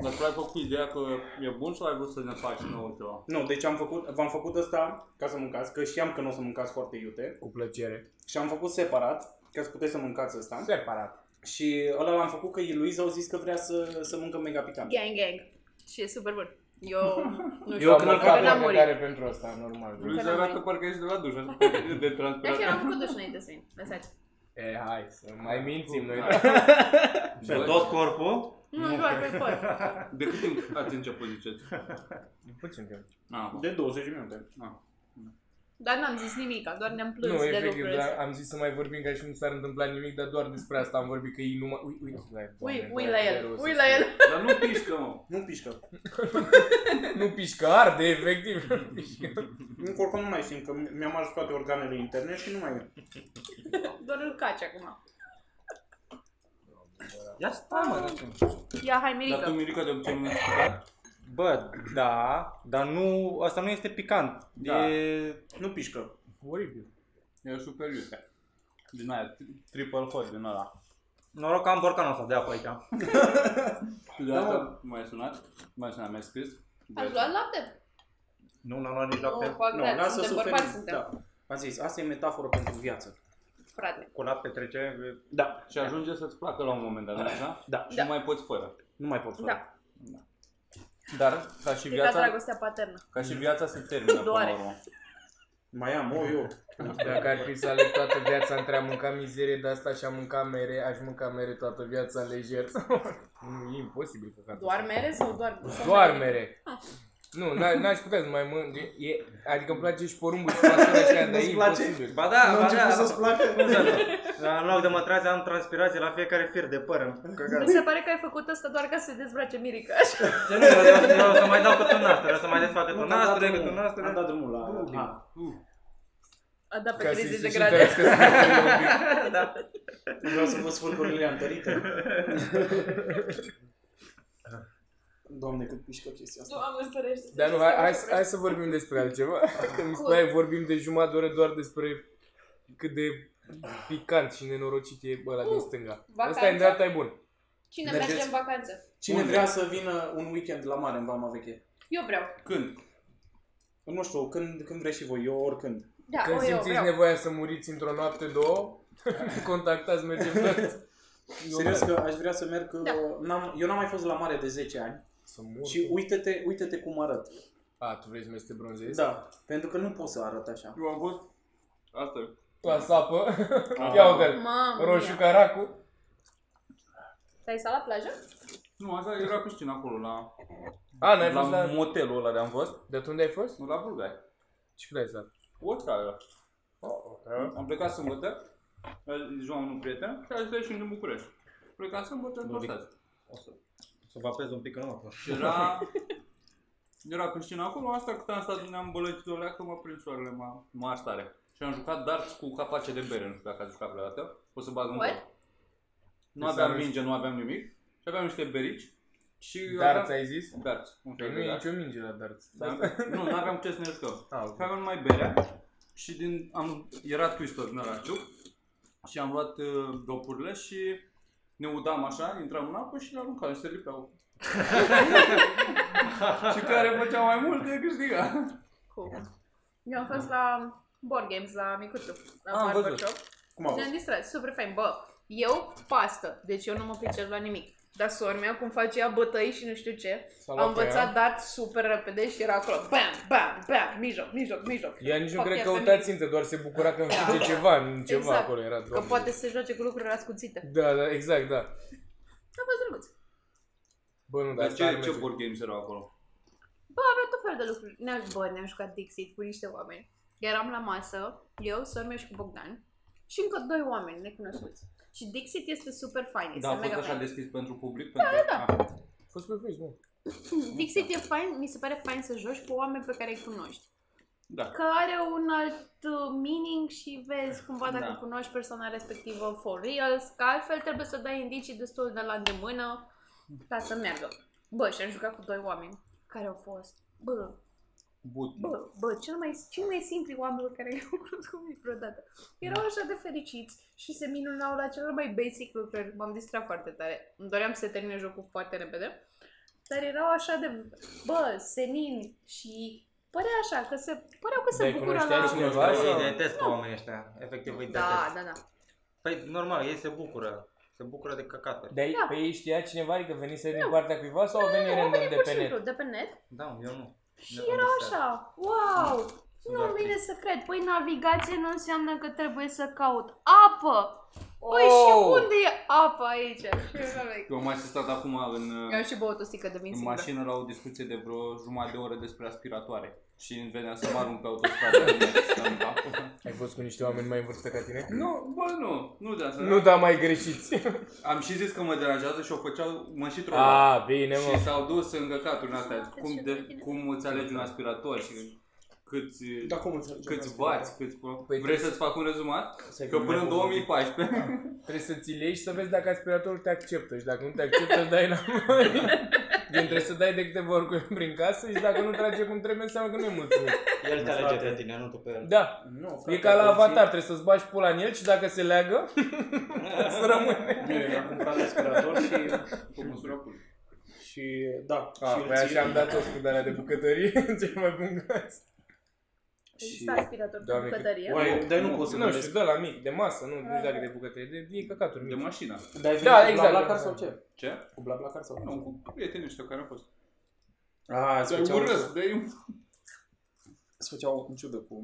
I: Dar tu ai făcut ideea că e bun sau ai vrut să ne faci nouă ceva?
A: Nu, deci am făcut, v-am făcut asta ca să mâncați, că știam că nu o să mâncați foarte iute.
C: Cu plăcere.
A: Și am făcut separat, ca să puteți să mâncați asta.
C: Separat.
A: Și ăla l-am făcut că Luiza au zis că vrea să, să mâncăm mega picant.
B: Gang, gang. Și e super bun. Eu <laughs> nu știu,
C: Eu când
B: eu
C: îl fac
B: n-am
C: o
B: murit.
C: care pentru asta, normal.
I: Luisa arată parcă ești de la duș,
B: <laughs>
I: așa că <laughs> de
B: Dar chiar
I: transpirat.
B: am făcut duș înainte să vin. Lăsați.
C: E, hai, să mai mințim noi.
E: Pe tot corpul?
B: Nu, doar pe păr.
I: De cât timp ați început, ziceți?
C: Puțin timp.
I: Ah,
A: De 20 de minute.
D: Ah.
B: Dar n-am zis nimic, doar ne-am plâns
C: Nu,
B: de
C: efectiv,
B: lucrurile
C: dar
B: astea.
C: am zis să mai vorbim ca și cum nu s-ar întâmpla nimic, dar doar despre asta am vorbit că ei numai... Ui, ui, doamne,
B: Ui,
C: doamne,
B: ui la
C: doamne,
B: el,
C: rău să
B: ui
C: spun.
B: la el. <laughs>
I: dar nu pișcă, mă.
A: Nu pișcă.
C: Nu pișcă, arde, efectiv. nu pișcă.
A: Nu, oricum nu mai simt, că mi-am ars toate organele interne și nu mai...
B: Doar îl caci acum.
E: Ia stai, mă, de
B: Ia, hai,
I: Dar
B: Mirica.
I: tu, Mirica, de obicei nu mi-ai picat?
E: Bă, da, dar nu, asta nu este picant.
I: Da.
E: E,
A: Nu pișcă.
C: Oribil.
I: E super iute. Din aia, tri- triple hot din ăla.
E: noroc că am borcanul ăsta de apă aici.
I: Tu de asta m-ai sunat? M-ai sunat, mi-ai scris? De-
B: Da, Ați luat lapte?
E: Nu, n-am luat nici
B: Nu,
E: lapte.
B: fac
A: Nu,
B: no,
A: lasă
B: da, suntem
A: suferim.
B: bărbați, suntem,
A: Da. Am zis, asta e metaforă pentru viață.
B: frate.
E: Cu lapte trece. e-
A: Da,
I: Și ajunge să-ți placă la un moment dat, nu așa?
A: da.
I: Și
B: Da.
I: nu mai poți fără.
A: Nu mai pot fără.
B: Da,
I: Dar, ca și
B: e ca
I: viața,
B: dragostea paternă.
I: ca și viața se termină până la
B: Doare.
I: urmă.
A: Mai am, o, eu.
C: Dacă ar fi să aleg toată viața între a mânca mizerie de asta și a mânca mere, aș mânca mere toată viața lejer. <laughs> nu, e imposibil că fac
B: Doar mere sau doar... sau
C: Doar mere. Nu, n- n-aș putea să mai mănânc. E, adică îmi place și porumbul și pasura și aia, dar e
J: Nu-ți place?
C: imposibil.
E: Ba da,
J: Nu a
E: ba
J: început
E: da.
J: să-ți placă?
E: Cum să nu? La- În loc de mătraze am transpirație la fiecare fir de păr. în căcat.
B: Mi se pare că ai făcut asta doar ca să se dezbrace Mirica. așa.
E: Ce nu, eu vreau să- eu o să mai dau câte un nastră, o să mai desfac câte
A: Nu,
E: un
A: că am dat
E: nastră,
A: drumul.
E: câte un
A: Am
E: nastră.
A: dat drumul la... Ah,
B: A dat pe
C: Ca să-i
B: 30 de
C: se și
B: grade.
C: întărească stomacul.
E: Da.
A: vreau să vă spun că le-am întărite. Doamne, cât pișcă chestia asta.
K: Doamne, ferește.
C: Dar nu, hai, hai, să- hai să vorbim
B: <laughs>
C: despre altceva. Că mi se pare, vorbim de jumătate de oră doar despre cât de picant și nenorocit e ăla
B: Uh,
C: din stânga.
B: vacanța.
C: Asta e dreapta, e bun.
B: Cine
A: Mergeți?
B: merge în vacanță?
A: Cine vrea să vină un weekend la mare în Vama Veche?
B: Eu vreau.
A: Când? Nu știu, când, când vreți și voi, eu oricând.
B: Da,
C: Când
B: o, eu
C: simțiți
B: vreau.
C: nevoia să muriți într-o noapte, două, <laughs>
B: <laughs>
C: contactați, mergem tot.
A: Serios că aș vrea să merg,
B: Da.
A: uh, n-am, eu n-am mai fost la mare de 10 ani
C: Să mor.
A: și uite-te, uite-te cum arăt.
C: A, tu vrei să mergi să te bronzezi?
A: Da, pentru că nu pot să arăt așa.
I: Eu am fost... Asta e.
C: La sapă. Ia uite
B: Mamă,
C: Roșu
B: mia.
C: caracu.
B: Te-ai stat la plajă?
I: Nu, asta era piscina acolo, la,
C: A, n-ai
I: la
C: fost la...
I: motelul ăla de am fost.
C: De unde ai fost?
I: Nu, la Bulgari.
C: Și cât ai stat?
I: Otra era. Am plecat sâmbătă, ziua unui prieten, și a zis să ieșim din București. Plecam sâmbătă în
J: Logic.
I: Costați.
J: Să vă apez un pic, că nu mă fac.
I: Și era... Era piscina acolo, asta cât am stat, ne-am bălățit o leacă, mă prind soarele, mă, mă ars tare. Și am jucat darts cu capace de bere, nu știu dacă ați jucat vreodată. O să bag un
B: What?
I: gol. Nu
C: Deci
I: aveam
C: aveam
I: minge, nu aveam nimic. Și aveam niște berici. Și
C: Darts
I: aveam-
C: ai zis?
I: Darts. un fel
C: Păi
I: de
C: nu e
I: darts.
C: nicio minge la darts.
I: Da? Nu, nu aveam cu ce să ne jucăm.
C: A,
I: Și aveam numai berea și din, am, era twister din ăla ciuc și am luat uh, dopurile și ne udam așa, intram în apă și le aruncam și se lipeau. <laughs> și care făcea mai mult de câștiga.
B: Cool. Eu am fost la board games la micuțul, la
C: Ah,
I: Am
B: barber
I: văzut.
B: shop.
A: Cum a fost?
B: Ne-am distrat, super fain. Bă, eu pastă, deci eu nu mă pricep la nimic. Dar sora mea cum face ea bătăi și nu știu ce,
C: luat
B: a
C: pe
B: învățat dart super repede și era acolo bam, bam, bam, mijloc, mijloc, mijloc.
C: Ea nici nu
B: Fuck
C: cred
B: yeah,
C: că
B: feminist.
C: căuta țintă, doar se bucura că înfige ceva,
B: <laughs>
C: în ceva
B: Da. Exact.
C: acolo era doar.
B: Că poate să se joace cu lucruri ascuțite.
C: Da, da, exact, da.
B: A fost drăguț.
C: Bă, nu,
I: Dar
C: dar
I: Da, ce, ce board games erau acolo?
B: Bă, avea tot felul de lucruri. Ne-am, bă, ne-am jucat Dixit cu niște oameni. Eram la masă, eu, sora mea și cu Bogdan. Și încă doi oameni necunoscuți. Și Dixit este super fain, este
I: Da, a
B: mega
I: fost așa
B: fain.
I: deschis pentru public? Pentru... Da, da.
C: Fost pe Facebook.
B: Dixit e fain, mi se pare fain să joci cu oameni pe care îi cunoști.
I: Da.
B: Că are un alt uh, meaning și vezi cumva dacă
I: Da.
B: cunoști persoana respectivă for reals, că altfel trebuie să dai indicii destul de la îndemână ca să meargă. Bă, și am jucat cu doi oameni care au fost, bă,
I: But.
B: bă, bă, cel mai, cei mai simpli oameni pe care <laughs> i-am cunoscut vreodată. Erau
C: Da.
B: așa de fericiți și se minunau la cele mai basic lucruri. M-am distrat foarte tare. Îmi doream să termine jocul foarte repede. Dar erau așa de, bă, senin și părea așa, că se, păreau că se
C: Dar îi
B: bucură
C: cunoșteai
B: la...
C: și
E: Nu
C: Cineva
E: știu,
C: sau-
E: îi detest pe oamenii ăștia. Efectiv, îi
B: Da,
E: detest.
B: da, da.
E: Păi, normal, ei se bucură. Se bucură de căcaturi.
C: Dar
B: Da.
C: da. pe ei știa cineva, adică venise din partea cuiva sau au venit random
B: Oamenii
C: de
B: pur
C: pe
B: și simplu,
C: net?
B: de pe net.
E: Da, eu nu.
B: Și
E: Ne
B: erau
E: înțeleg.
B: așa, wow,
E: Sunt
B: nu
E: doar
B: vine
E: trist.
B: să cred. Păi navigație nu înseamnă că trebuie să caut apă. Păi și unde e apa aici? Și eu eram like,
I: Eu am mai stat acum în... uh,
B: Eu am și băut o stică de vin
I: în
B: singură.
I: mașină la o discuție de vreo jumătate de oră despre aspiratoare și îmi venea să mă arunc pe
B: <laughs>
I: autostradă.
C: Ai fost cu niște oameni mai în vârstă ca tine?
I: nu, bă, nu, nu de asta.
C: Nu, da. dar mai greșiți.
I: Am și zis că mă deranjează și o făceau, mă și
C: <laughs>
I: trola.
C: A, bine,
I: Și
C: mă.
I: s-au dus în găcaturi în astea,
B: Să
I: cum,
B: faceți și
I: de,
B: voi.
I: cum îți alegi un aspirator și câți,
A: Dar Da, cum înțelegi?
I: câți bați, câți...
C: Păi
I: Vrei
C: trebuie
I: să-ți fac un rezumat?
C: Să-i
I: Că până
C: filmezi
I: în
C: un
I: 2014
C: Trebuie să ți legi și să vezi dacă aspiratorul te acceptă și dacă nu te acceptă, îl dai
B: <laughs>
C: înapoi. Gen, trebuie să dai de câteva ori cu el prin casă și dacă nu trage cum trebuie, înseamnă că nu e mulțumit.
J: El te alege pe tine, nu tu pe el.
C: Da,
A: Nu, frate,
C: e ca la
A: puțin.
C: avatar, trebuie să-ți bagi pula în el și dacă se
A: <laughs>
C: leagă, să rămâne.
A: Nu, eu am cumpărat respirator și...
I: Cu măsura cu
A: Și da,
C: A,
A: și îl
C: păi
A: țin.
C: așa am dat toți cu de de bucătărie, <laughs> cel mai bun gaz.
B: Există aspirator Păi de
C: Doamne,
B: bucătărie.
I: cât-
A: Oare, dar eu nu pot să
C: Nu
A: gândesc.
C: știu, de la mic, de masă, nu,
B: Da.
C: nu știu dacă de bucătărie, de, de căcaturi
I: de
C: mici.
I: mașina.
A: Dar ai venit
C: Da,
A: cu
C: exact.
A: BlaBlaCar sau ce?
I: Ce?
A: Cu BlaBlaCar sau
I: Nu,
A: ce?
I: cu prietenii ăștia care au fost.
A: A, Ah, îți
I: Dar
A: făceau,
I: urăsc, dar eu-
A: îți făceau în ciudă cu...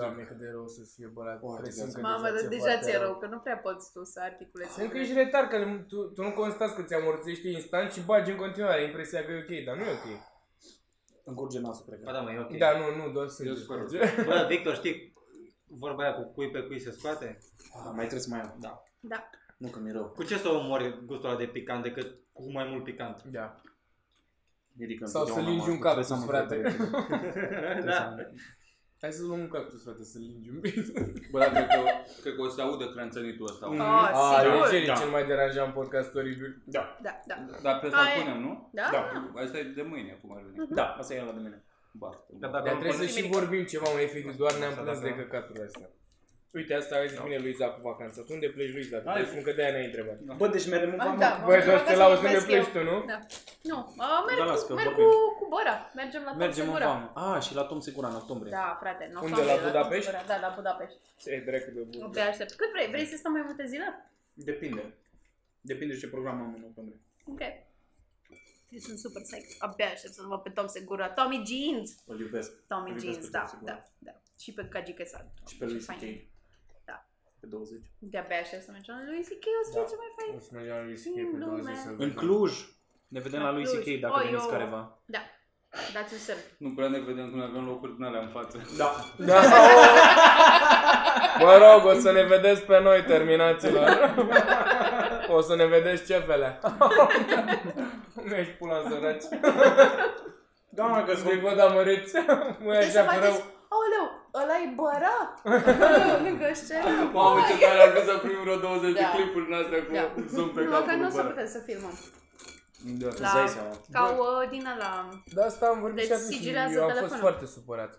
C: Doamne, cât de rău să fie bărat.
A: Poate
C: Presupun
A: să-
C: că
B: Mamă, dar
C: foarte
B: deja ți-e rău, că nu prea poți tu să articulezi.
C: Încă ești retar, că le- tu, tu nu constați că ți-amorțești instant și bagi în continuare ai impresia că e ok, dar nu e ok.
A: Încurge nasul, cred
E: Ba
A: că.
E: da, mă, e ok.
C: Da, nu, nu, doar
I: Eu
C: sunt.
I: sper.
E: Bă, Victor, știi vorba aia cu cui pe cui se scoate?
A: Ah, mai trebuie să mai am. Da.
B: Da.
A: Nu că mi-e rău.
E: Cu ce să omori gustul ăla de picant decât cu mai mult picant?
C: Da.
A: Ridică
C: Sau să lingi un cap, frate. <laughs>
A: Trebuie să am
E: da.
C: Hai să luăm un cactus, frate, să-l lingi un pic.
I: Bă, dar Da, cred că, cred că o să se audă crânțănitul ăsta.
C: Mm.
B: Ah,
C: A,
B: sigur.
C: deci el e
I: Da.
C: cel mai deranjant podcast oribil.
B: Da, da.
I: Dar pe asta
B: Aia.
I: îl punem, nu?
B: Da?
I: Da. Asta e de mâine, acum ar veni.
D: Da, asta e la de mine.
I: Baftă.
A: Da,
J: Dar
C: Dar
J: dacă
C: trebuie să
B: până
C: și
B: duminică.
C: vorbim ceva, mai efectiv, doar ne-am
J: Asta
C: plâns de
J: dacă-
C: căcaturile astea. Uite, asta a zis bine Luiza cu vacanța. Tu unde pleci, Luiza?
A: Hai.
C: Da. Hai, spun că de-aia ne-ai întrebat.
A: Bă, deci mergem în
B: Ah,
A: vama.
B: da, mă
C: Băi,
B: duc
C: doar
B: acasă
C: te
B: să
C: lauzi unde
B: vorbesc eu.
C: pleci tu, nu?
B: Da. Nu, a, merg,
A: Da, las
B: cu,
A: că
B: merg cu,
A: vorbim.
B: cu Bora. Mergem la
D: Mergem în
B: Tom Segura.
D: vamă. Ah, și la Tom Segura în octombrie.
B: Da, frate, în
C: Unde,
B: octombrie,
C: la
B: Tom
C: Budapest?
B: Segura. Da, la Budapest.
C: Ce e dracu de bun.
B: Nu te aștept. Cât vrei? Vrei să stăm mai multe zile?
A: Depinde. Depinde ce program am în octombrie.
B: Ok. Eu sunt super psych. Abia aștept să-l văd pe Tom Segura. Tommy Jeans!
A: Îl iubesc.
B: Tommy
A: Îl iubesc
B: Jeans,
A: pe Tom
B: da,
A: Segura.
B: da, da. Și pe Kaji Kesad.
A: Și pe lui
B: Ce fain.
A: C.K.
B: Da.
A: Pe Da. 20.
B: De-abia aștept să mergem la lui C.K. O să fie cel mai fain.
C: O să mergem la lui
B: În
C: CK pe 20
B: lume.
C: <laughs> să-l
D: În
C: vedem.
D: Cluj. Ne vedem
B: În
D: la lui
B: Cluj.
D: C.K. dacă
B: Oh,
D: veniți
B: eu-
D: careva.
B: Da. Dați un semn.
I: Nu prea ne vedem când avem locuri din alea în față.
C: Da. da. Mă rog, o să ne vedeți pe noi, terminaților. O să ne vedeți cefele. <laughs> Nu ești pula în săraci.
A: Doamna că
C: Să-i văd amăriți. Mă e
B: Trebuie să
C: așa pe
B: faceți...
C: rău.
B: Aoleu, ăla e
A: <laughs>
B: Bora! Lângă scenă.
I: Mamă, ce tare am găsit primul vreo 20 de
B: Da.
I: clipuri din astea cu
B: Da.
I: zoom pe
B: Nu, că
I: capul
B: nu o
I: lui
B: să
I: Bără.
B: putem să filmăm.
I: Da.
B: La-
D: Zai seama.
B: Ca o din la
C: De asta am vorbit
B: Deci
C: și atunci. Eu am
B: sigilează
C: fost
B: telefonul.
C: foarte supărat.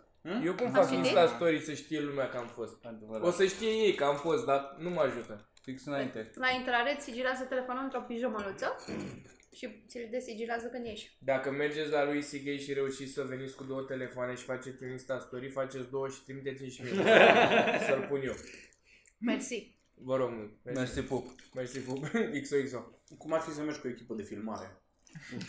C: Eu cum fac
B: și
C: Insta
B: idei?
C: Story să știe lumea că am fost?
I: Adevărat.
C: O să știe ei că am fost, dar nu mă ajută.
I: Fix înainte.
B: La intrare îți sigilează telefonul într-o pijamaluță și ți-l desigilează când ieși.
C: Dacă mergeți la lui CK și reușiți să veniți cu două telefoane și faceți un Insta Story, faceți două și trimiteți-mi și <laughs> mie. Să-l pun eu.
B: Mersi.
C: Vă rog mult. Mersi.
I: Mersi, pup.
C: Mersi, <laughs> pup. XOXO.
A: Cum ar fi să mergi cu o echipă de filmare?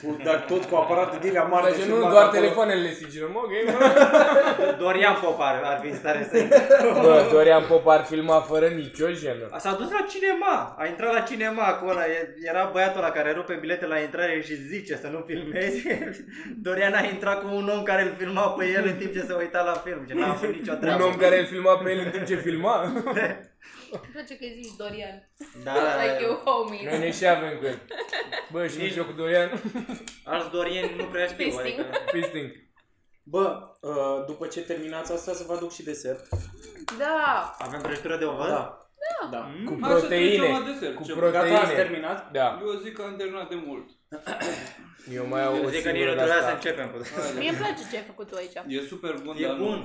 A: Cu, dar toți cu aparate de ele mari
C: Dar
A: de
C: ce nu
A: filmat
C: doar
A: acolo.
C: telefoanele le sigilăm, ok? <laughs> mă?
E: Dorian Pop ar, ar fi în stare să
C: Bă, Dorian Pop ar filma fără nicio jenă.
E: S-a dus la cinema, a intrat la cinema acolo, e- era băiatul ăla care rupe bilete la intrare și zice să nu filmezi. <laughs> Dorian a intrat cu un om care îl filma pe el în timp ce se uita la film și n-a avut nicio
C: Un
E: treabă.
C: om care îl filma pe el în timp ce <laughs> filma.
B: Îmi place că zici Dorian.
E: Da,
A: Ah.
B: Like you, homie.
C: Noi ne și avem cu el. Bă, și nici eu cu Dorian. <laughs>
E: alți dorieni nu prea știu,
B: Fisting.
E: adică...
C: Fisting.
A: Bă, uh, după ce terminați asta să vă aduc și desert.
B: Da.
E: Avem prăjitură de ovăz?
A: Da. Da.
C: Cu
I: Hai să
C: proteine.
I: trecem la desert.
C: Cu
I: Ce-
A: Gata, ați
C: proteine.
A: terminat?
C: Da.
I: Eu zic că am terminat de mult.
C: Eu mai au
E: Eu
C: o
E: zic că Adică nici nu
C: singură de
E: trebuia să
C: asta.
E: începem cu
B: Mie îmi place ce ai făcut tu aici.
I: E super bun,
E: E
I: dar nu-
E: bun,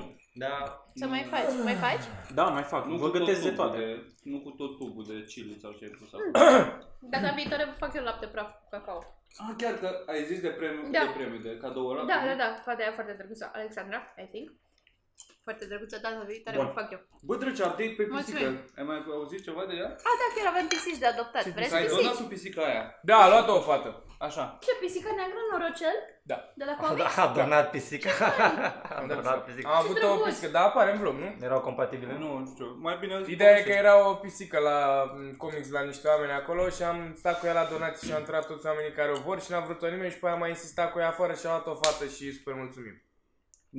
E: da.
B: Să mai faci. Mai faci?
A: Da, mai fac.
I: Nu
A: vă
I: cu tot
A: gătesc de
I: tubul
A: toate.
I: De, Hmm. nu cu tot tubul de chili sau ce ai pus acolo.
B: Data viitoare vă fac eu lapte praf cu cacao.
I: Ah, chiar că ai zis de premiu,
B: Da.
I: de premiu, de cadou ăla.
B: Da, da, da. Fata aia foarte drăguță. Alexandra, I think. Foarte drăguță. Data viitoare
A: Bun.
B: vă fac eu.
I: Bă, drăce, update pe
B: Mulțumim.
I: pisică. Ai mai auzit ceva de ea?
B: A, da, chiar avem pisici de adoptat. Vreți
I: Că ai
B: pisici?
I: donat cu pisica aia.
C: Da, a luat-o o fată.
I: Așa.
B: Ce, pisica neagră, norocel?
C: <laughs> Da.
B: De la COVID?
E: A donat pisica. <laughs> A
C: Am
E: donat pisica.
C: avut o
B: drăguț.
C: pisică, dar apare în vlog, nu?
E: Erau compatibile?
I: Nu, nu știu. Mai bine azi.
C: Ideea e că era o pisică la m, comics la niște oameni acolo și am stat cu ea la donații și am întrebat toți oamenii care o vor și n-a vrut-o nimeni și pe aia m-a insistat cu ea afară și a luat o fată și super mulțumim.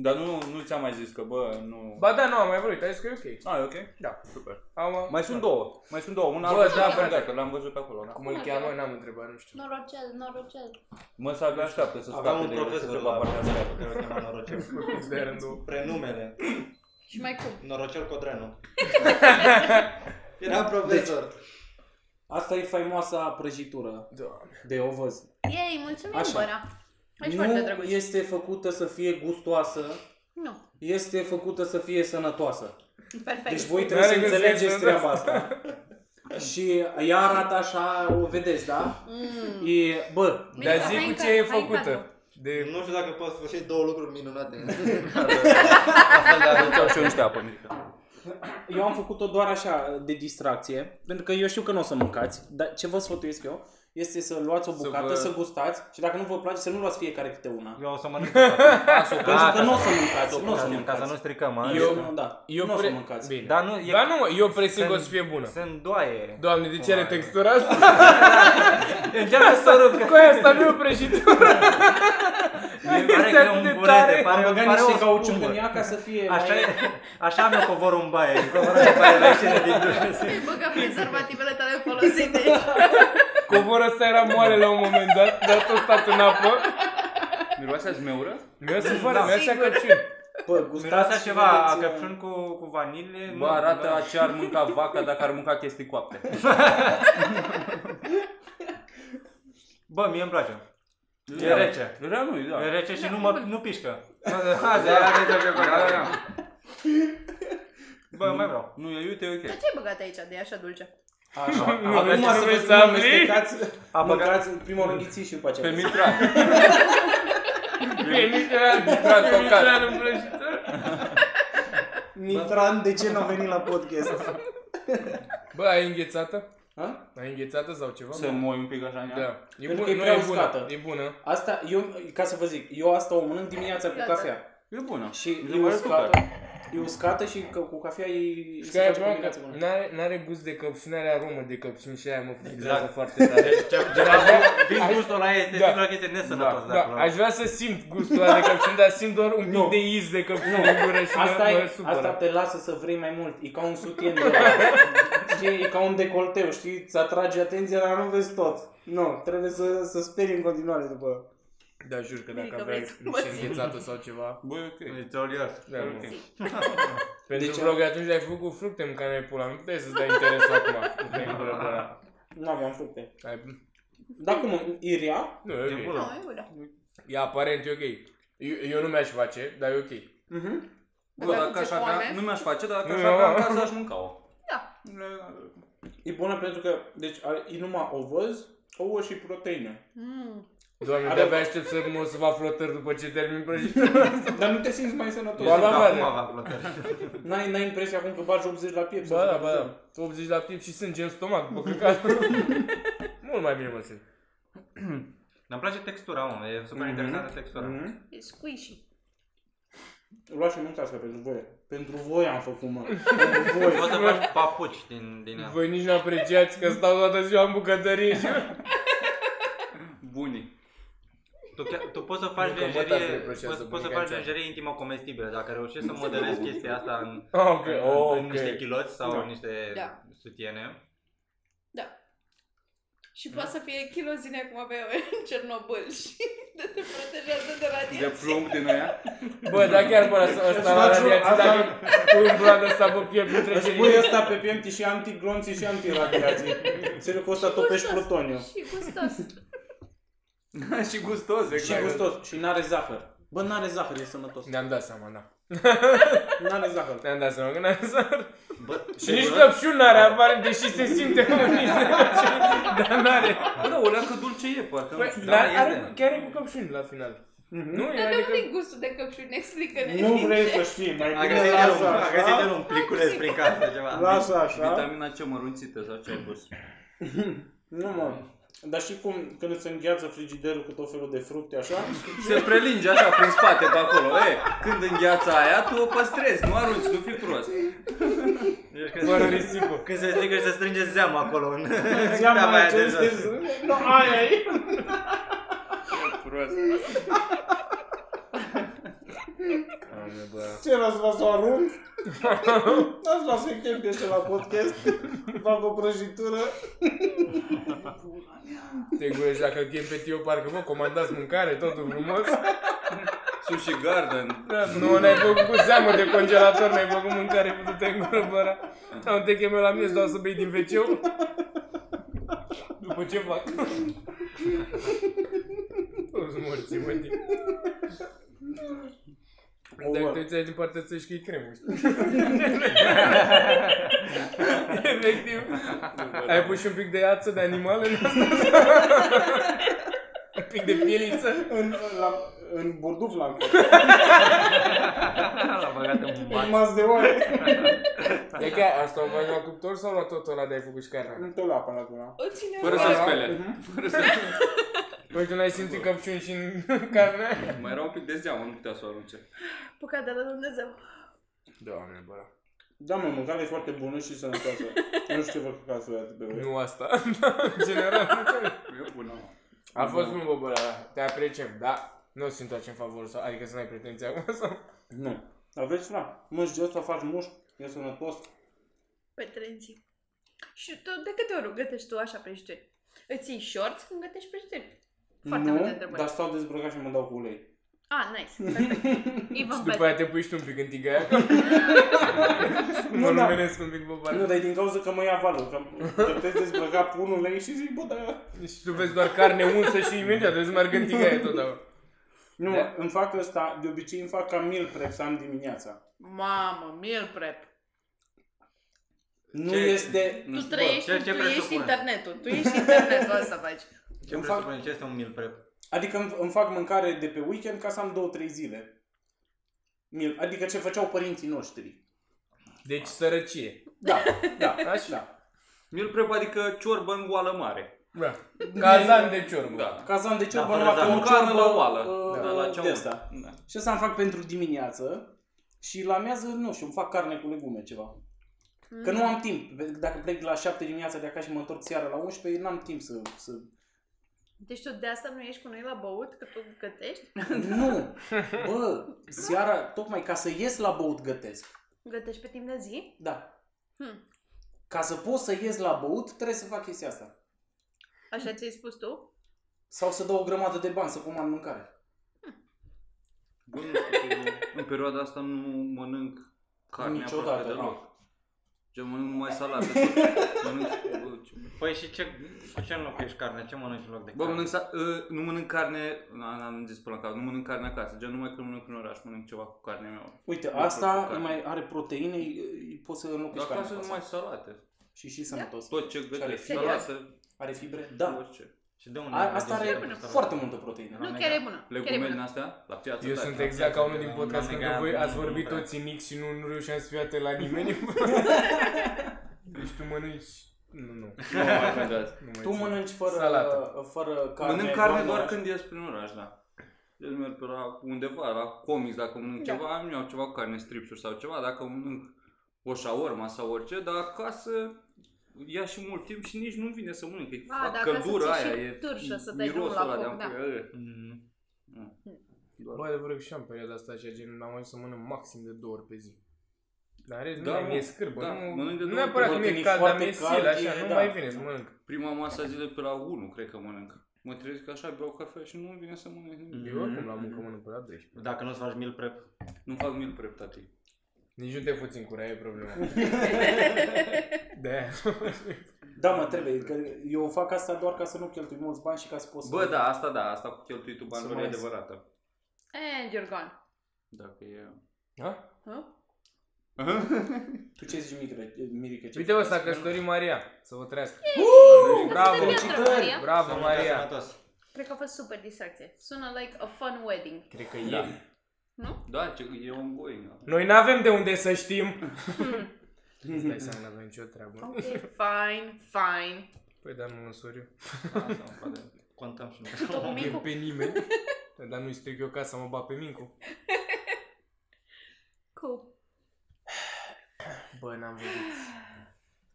I: Dar nu, nu ți-am mai zis că, bă, nu...
C: Ba da, nu am mai vrut, ai zis că e ok.
I: Ah, e ok?
C: Da.
I: Super.
C: Am,
I: Mai sunt două. Mai sunt două. Una
C: Bă,
I: albă
C: da,
I: și una
C: frate.
I: gata. L-am văzut pe acolo. Da.
C: cum îl cheamă, n-am întrebat, nu știu.
B: Norocel, norocel.
I: Mă s-ar așteaptă să
E: Aveam
I: scape
E: un
I: de ele, să
E: profesor
I: duc la
E: la
I: partea asta.
E: care o chema Norocel.
C: <laughs> De rândul.
E: Prenumele.
B: Și mai cum?
E: Norocel Codreanu. <laughs> Era profesor.
A: Asta e faimoasa prăjitură
C: Doamne.
A: de ovăz.
B: Ei, mulțumim,
A: Așa.
B: Bora. Ești foarte
A: nu
B: drăguț.
A: este făcută să fie gustoasă,
B: Nu,
A: este făcută să fie sănătoasă.
B: perfect.
A: Deci voi
C: N-are
A: trebuie să
C: cum să fie
A: înțelegeți
C: sănătoasă.
A: treaba asta. Și ea arată așa, o vedeți, da?
B: Mm.
A: E, bă,
B: Bine,
C: Dar
B: hai
C: zi
B: în
C: cu ce
B: cadru,
C: e
B: hai în cadru.
C: făcută. De...
E: Nu știu dacă pot sfârși două lucruri minunate.
I: Ți-au și eu niște apă mică.
A: eu am făcut-o doar așa, de distracție, pentru că eu știu că nu o să mâncați, dar ce vă sfătuiesc eu este să luați o bucată,
I: vă-
A: să, gustați și dacă nu vă place, să nu luați fiecare câte una.
E: <laughs> Eu o să mănânc. Ca
A: Pentru că nu o să mâncați, nu o să
E: ca să
A: mâncați.
E: nu stricăm, a?
A: Eu, nu, da,
C: Eu
A: nu o să
C: pre-
A: mâncați.
C: Bine.
E: Dar nu, e,
C: Dar nu, mă, eu presim că o
E: sunt-
C: să fie bună.
E: sunt doaie.
C: Doamne, de ce
E: Cum
C: are
E: are?
C: textura asta?
E: <laughs> Încearcă <laughs> să rup
C: Cu
E: că...
C: asta nu e o prăjitură.
E: Mi pare
C: Este
E: că e
C: atât de
E: un
C: tare.
E: bulete, pare,
A: Am
E: pare,
A: băgat
E: o
A: niște cauciuc
E: spumă.
A: în ea ca să fie
E: Așa,
A: mai...
E: e, așa am eu covorul în baie. <laughs> Covorul în baie la ieșire din duș.
B: Îi băga prezervativele tale folosite.
C: Covorul ăsta era moale la un moment dat, dar tot stat în apă.
I: Miroase a zmeură?
C: Mi-a să fără, mi-a să
B: Sigur.
C: căciun.
A: Bă, gustați
E: Miroasea
A: și
E: ceva
A: vedeți,
E: a
A: uh,
E: căpșuni cu, da. cu vanilie.
I: Bă, arată ce ar mânca vaca dacă ar mânca chestii coapte.
E: Bă, mie îmi place. E rece.
I: Rea nu da.
E: E rece și nu, mă, nu pișcă. <laughs> Hai, da, da, da, da, da. Bă, mai vreau.
I: Nu, e iute, e ok.
B: Ce ai băgat aici de e așa dulce?
A: Așa.
C: Nu,
A: Acum
C: nu
A: să
C: vrei
A: vezi
C: să
A: cum
C: afli?
A: amestecați,
E: A
A: mâncați în primul rând ghiții și după aceea.
I: Pe mitran.
C: E mitran,
I: Mitran
C: e
I: tocat.
C: mitran în prăjitură.
J: Mitran, de ce n-a venit la podcast?
C: Bă, ai înghețată?
A: Ha?
C: Ai înghețată sau ceva?
I: Să moi un pic așa în ea.
C: Da. E
A: Pentru
C: bună,
A: că e
C: nu
A: prea
C: e bună.
A: uscată.
C: E bună.
A: Asta, eu, ca să vă zic, eu asta o mănânc dimineața cu
B: Gata.
A: cafea.
I: E bună.
A: Și
I: Mi se
A: e
I: pare
A: uscată,
I: super.
A: e uscată și că cu cafea e,
C: Și
A: se
C: care e
A: face
C: problema
A: combinație
C: că
A: bună.
C: n-are, n-are gust de căpșuni, are aromă de căpșuni și aia mă frustrează
E: Exact.
C: foarte
E: <laughs>
C: tare.
E: Din gustul ăla este
C: Da.
E: singura chestie nesănătoasă de
C: Da,
E: acolo.
C: aș vrea să simt gustul ăla de căpșuni, dar simt doar un pic de iz de căpșuni în gură și
A: Asta,
C: mă, mă
A: e,
C: supără.
A: asta te lasă să vrei mai mult. E ca un sutien
C: <laughs>
A: de știi? E ca un decolteu, știi? Îți atrage atenția, dar nu vezi tot. Nu, trebuie să, să speri în continuare după.
C: Da, jur că
B: Bine
C: dacă
B: că
C: aveai
B: vrei să mă
C: niște
B: simt.
C: înghețată sau ceva...
I: Bă, e ok.
E: It's all yours.
C: Da, mă.
I: ok.
C: Pentru
A: Deci-
C: vlog atunci ai făcut cu fructe în care ai pula, nu puteai să-ți dai interesul acum. Nu te îngură pe ăla.
A: Nu aveam fructe.
C: Ai-
A: Dar cum, Iria?
C: Nu, e
E: E
C: ok.
E: bună.
B: Nu, e bună.
C: E aparent, e ok. Eu, eu nu mi-aș face, dar e ok.
A: Mhm.
I: Bă, dacă aș avea, nu mi-aș face, dar dacă aș
C: Nu,
I: avea
C: nu.
I: în casă, aș mânca-o.
B: Da.
A: E bună pentru că, deci, are, e numai ovăz, ouă și proteine.
B: Mm.
C: Doamne,
A: Are-
C: de-abia aștept să mă o să fac flotări după ce termin prăjitura.
A: Dar nu te simți mai sănătos.
C: Ba da,
E: Acum
C: mare.
E: va plătări.
A: N-ai, n-ai impresia acum că bagi 80 la piept.
C: Ba da, ba da. 80 la timp și sânge în stomac, bă, căcat. Mult mai bine mă simt.
E: Dar îmi place textura, mă, e super interesantă textura.
A: Mm-hmm.
B: E squishy.
A: Luați și mâncați că pentru voi. Pentru voi am făcut,
C: <laughs>
A: mă. Pentru voi.
E: Poți să faci papuci din, din ea.
C: Voi nici nu apreciați că stau toată ziua în bucătărie și...
I: Bunii.
E: Tu, chiar, tu poți să faci
C: Nu, că mă, tasele
E: lingerie,
C: plăcea să
E: poți, poți să
C: pun
E: faci
C: în
E: lingerie intimă comestibilă, dacă reușești să modelezi chestia asta în,
C: Ah, ok,
E: în,
C: oh,
E: în Da, niște
C: ok.
E: chiloți sau
A: Da.
E: în niște
B: Da.
E: sutiene.
B: Da. Și poate să fie kilozine cum aveau în Cernobâl <laughs> și te, te protejează de la
I: De plumb din aia.
C: Bă, dar chiar până să ăsta la
J: faci o-
C: radiație,
J: asta-
C: dacă pui un broadă asta pe piept, nu trece
A: Îți pui
C: nimic.
A: ăsta pe PMT și antiglonții și antiradiații. Serios cu ăsta topești plutoniu.
B: Și gustos. <laughs>
I: Și gustos,
A: Și gustos. Și n-are zahăr. Bă, n-are zahăr, e sănătos.
C: Ne-am dat seama, da.
A: N-are zahăr.
C: Ne-am dat seama că n-am <laughs> Da. zahăr.
E: Bă,
C: Și nici căpșun n-are, apare, deși se simte <laughs> mă, nici de căpșun, dar n-are.
I: Bă, da, o leacă dulce e, parcă. nu
C: Păi,
I: știu.
E: Da,
C: dar are,
E: este. Mhm.
C: chiar e cu căpșuni la final. Nu,
B: Dar
C: e
B: de
C: adică...
B: unde e gustul de căpșuni? Explică-ne.
A: Nu vrei să știi, mai
E: A
A: bine
E: găsit el un,
A: lasă
E: a găsit el
A: așa.
E: un pliculeț prin casă, ceva.
A: Lasă așa.
I: Vitamina C mărunțită sau ce ai pus?
A: Nu mă. Dar știi cum când îți îngheață frigiderul cu tot felul de fructe așa?
I: Se prelinge așa prin spate pe acolo. E, când îngheața aia, tu o păstrezi, nu arunci, nu fi prost.
E: Deci
C: Fără
E: Când,
C: risipă.
E: când se strigă, se strânge zeama acolo. În, <laughs> în
A: Ți-am
E: teama
A: mai
E: aia de
A: acest
E: jos.
A: Nu, aia e.
I: Prost.
A: Ce l-ați luat să o arunc? N-ați luat să-i chempie și la podcast? Fac o prăjitură?
C: Te gurești dacă chem pe tine, eu parcă, bă, comandați mâncare, totul frumos.
I: Sushi Garden.
C: Da, Nu, ne-ai făcut cu seamă de congelator, ne-ai făcut mâncare cu te în gură, bă, ra. Am te chem eu la miez, dau să bei din wc După ce fac? Toți morți, mă, tine. Dacă te ține din partea țăi și că e cremă, știi? Efectiv. Ai pus și un pic de ață de animal în asta? un pic de pieliță?
A: În, la, în burduf l-am
E: L-a băgat
C: <laughs>
E: în
A: În
E: mat.
A: mas de oaie.
C: E că asta o faci la cuptor sau la tot ăla de ai făcut și carnea?
A: Nu te lua până acum.
B: O cine
I: Fără să spele. Fără să...
C: Păi tu n-ai simțit căpșuni și în <laughs> carne?
I: Mai era un pic de zeamă, nu putea să o arunce.
B: Pucat de la Dumnezeu.
C: Doamne, bă.
A: Da, mă, mâncarea e foarte bună și sănătoasă. nu știu ce vă căcați voi atât pe voi.
C: Nu asta, <laughs> Da, în general.
I: E bună. mă.
C: A fost un bă, bă, ăla. te apreciem, da? Nu o să întoarcem favorul sau, adică să n-ai pretenții acum sau...
A: Nu. Aveți la mânci de ăsta, faci mușchi, e sănătos.
B: Pe trenții. Și tu, de câte ori gătești tu așa prăjituri? Îți iei shorts când gătești prăjituri? Foarte multe
A: nu,
B: întrebări.
A: dar stau dezbrăcat și mă dau cu ulei.
B: Ah, nice. Perfect. Even
C: Și după aia
B: better.
C: te pui și tu un pic în <laughs> tigaia. mă
A: da.
C: lumenesc un pic pe
A: Nu,
C: bară.
A: dar e din cauza că mă ia valul, că puteți dezbrăca pe unul lei și zic, bă, da...
C: Și Deci tu vezi doar carne unsă și imediat trebuie să meargă în tigaie tot acolo.
A: Nu,
C: Da.
A: îmi fac ăsta, de obicei îmi fac ca meal prep să am dimineața.
K: Mamă, meal prep.
A: Nu
I: Ce-
A: este...
I: Nu
K: Tu
I: știu,
K: trăiești,
E: ce- ce
K: tu ești
E: presupune?
K: internetul. Tu ești internetul, asta faci.
A: Îmi
E: Ce îmi
A: fac-
E: presupune? Ce este un meal prep?
A: Adică îmi, îmi fac mâncare de pe weekend ca să am două, trei zile. Meal- Adică ce făceau părinții noștri.
C: Deci sărăcie.
A: Da, da, așa.
I: Meal prep adică ciorbă în goală mare.
C: Da. Cazan de ciorbă.
I: Da.
A: Cazan de ciorbă
E: Da,
A: la
E: fără zahăr.
A: cu
I: Carne la oală.
A: uh,
E: Da, la ceaun.
A: de asta.
I: Da.
A: Și asta îmi fac pentru dimineață și la amiază, nu știu, îmi fac carne cu legume ceva. Că
B: Mhm.
A: nu am timp. Dacă plec la 7 dimineața de acasă și mă întorc seara la 11, n-am timp să... să...
K: Deci tu de asta nu ești cu noi la băut, că tu gătești?
A: Nu! Bă, seara, tocmai ca să ies la băut gătesc.
K: Gătești pe timp de zi?
A: Da.
K: Hmm.
A: Ca să pot să ies la băut, trebuie să fac chestia asta.
K: Așa ți-ai spus tu?
A: Sau să dau o grămadă de bani să pun în mâncare.
I: Bun, nu știu, în perioada asta nu mănânc carne
A: Niciodată,
I: aproape
A: nu.
I: deloc. Ce mănânc numai salată. <laughs> mănânc, bă, ce...
E: Păi și ce, cu ce înlocuiești carnea? Ce mănânci în loc de
I: Bă,
E: carne?
I: mănânc, sa- ă, nu mănânc carne, na, n-am zis până la cap, nu mănânc carne acasă, gen numai când mănânc în oraș, mănânc ceva cu carnea mea.
A: Uite,
I: Nu
A: asta
I: pot cu
A: îi mai
I: carne.
A: are proteine, îi- îi poți să
I: Dar
A: înlocuiești carnea
I: acasă
A: cu
I: nu
A: asta.
I: mai salate.
A: Și și sănătos.
I: Tot ce
A: Care,
I: gătesc,
K: serios?
I: salată,
A: Are fibre? Da.
I: orice.
E: Și de unde
A: A,
E: ai
A: asta
E: adus
A: are
E: asta?
A: foarte multă proteină.
K: Nu,
E: mega.
K: chiar e bună. Chiar e
I: Legume din
K: bună.
I: astea, la piață.
C: Eu
I: da,
C: sunt
I: la
C: exact ca unul din
E: la
C: podcast
E: mega,
C: că voi
E: nu,
C: ați
E: nu
C: vorbit
E: prea.
C: toți mic și nu, nu reușeam să fiu atât la
I: <laughs>
C: nimeni. deci tu mănânci... Nu, nu. <laughs>
I: piață.
C: nu mai
A: Tu
C: țin.
A: mănânci fără,
C: Salată.
A: fără carne?
I: Mănânc carne
A: doamnă?
I: doar când ies prin oraș, da. Deci merg pe la undeva, la comics, dacă mănânc
B: Da.
I: ceva, îmi iau ceva cu carne stripsuri sau ceva, dacă mănânc o șaorma sau orice, dar acasă ia și mult timp și nici nu vine să mănânc. E
K: A, da,
I: căldura
K: acasă ți-e
I: aia,
K: și
I: e
K: târșă să dai
I: mirosul
K: drumul la
I: ăla de
K: foc, da.
I: ampoială.
E: Mhm.
C: Bă, adevărul că și am perioada asta așa, gen, am ajuns să mănânc maxim de două ori pe zi. Dar în rest,
I: Da,
C: nu
I: mă,
C: mi-e scârbă,
I: da,
C: nu,
I: mănânc de
C: nu
I: două ori
C: neapărat
I: pe
C: că
I: zi.
C: mi-e
A: E
C: cald, dar
A: foarte
C: mi-e
A: cald,
C: sil, așa,
A: e,
C: nu
A: da.
C: mai vine să mănânc.
I: Prima masă a zilei pe la 1, cred că mănânc. Mă trezesc așa, beau cafea și nu vine să mănânc nimic.
C: Eu oricum la muncă mănânc pe la 12.
E: Dacă nu-ți faci meal prep,
I: Nu fac meal prep, tati.
C: Nici nu te fuți în curea, e problema.
I: <laughs>
C: De
A: Da, mă, trebuie. Că eu fac asta doar ca să nu cheltui mulți bani și ca să pot să...
I: Bă, da, asta da, asta cu cheltuitul
A: Să
I: banilor e
A: mai-
I: adevărată.
K: And you're gone.
I: Dacă e...
C: Ha?
K: Hă?
A: Tu ce zici, Mirica? Mirica ce
C: Uite o să a
A: faci?
C: căsătorit Maria, să vă trăiască.
K: Asta
C: Bravo,
K: e piatră,
A: felicitări!
K: Maria.
E: să
C: bravo
E: mănânci
C: Maria.
E: sănătos.
K: Cred că a fost super distracție. Sună like a fun wedding.
C: Cred că e.
K: Nu?
I: Da, ce, e ongoing.
C: Noi n-avem de unde să știm. Îți dai seama, n-avem nicio treabă.
K: Ok, fine, fine.
C: Păi da, nu măsor eu.
I: Asta îmi place.
E: Contăm și noi.
K: Tot cu
C: Chem
K: Mincu.
C: pe nimeni.
K: <laughs>
C: Dar nu-i stric eu casa, mă bat pe Mincu.
K: Cool.
C: Bă, n-am vorbit.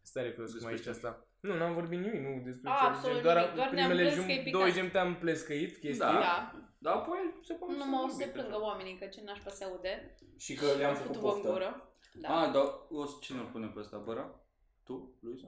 C: Stare pe cum aici
I: ce?
C: asta. Nu, n-am vorbit nimic, nu despre
K: A,
C: ce. Deci
K: absolut
C: doar,
K: nimic, doar ne-am
C: primele
K: plăscăit
C: jum-
K: picat.
C: două jumte am plescăit chestii.
I: Da.
K: Da.
I: Da, apoi se poate
K: Nu
I: să
K: mă o
I: vorbi,
K: să
I: cred.
K: plângă oamenii că ce nașpa se aude.
A: Și că le-am
K: Am
A: făcut
K: făcut-vă în
A: poftă.
K: gură. Da.
I: A, Ah, dar o să cine îl pune pe ăsta, Băra? Tu, Luisa?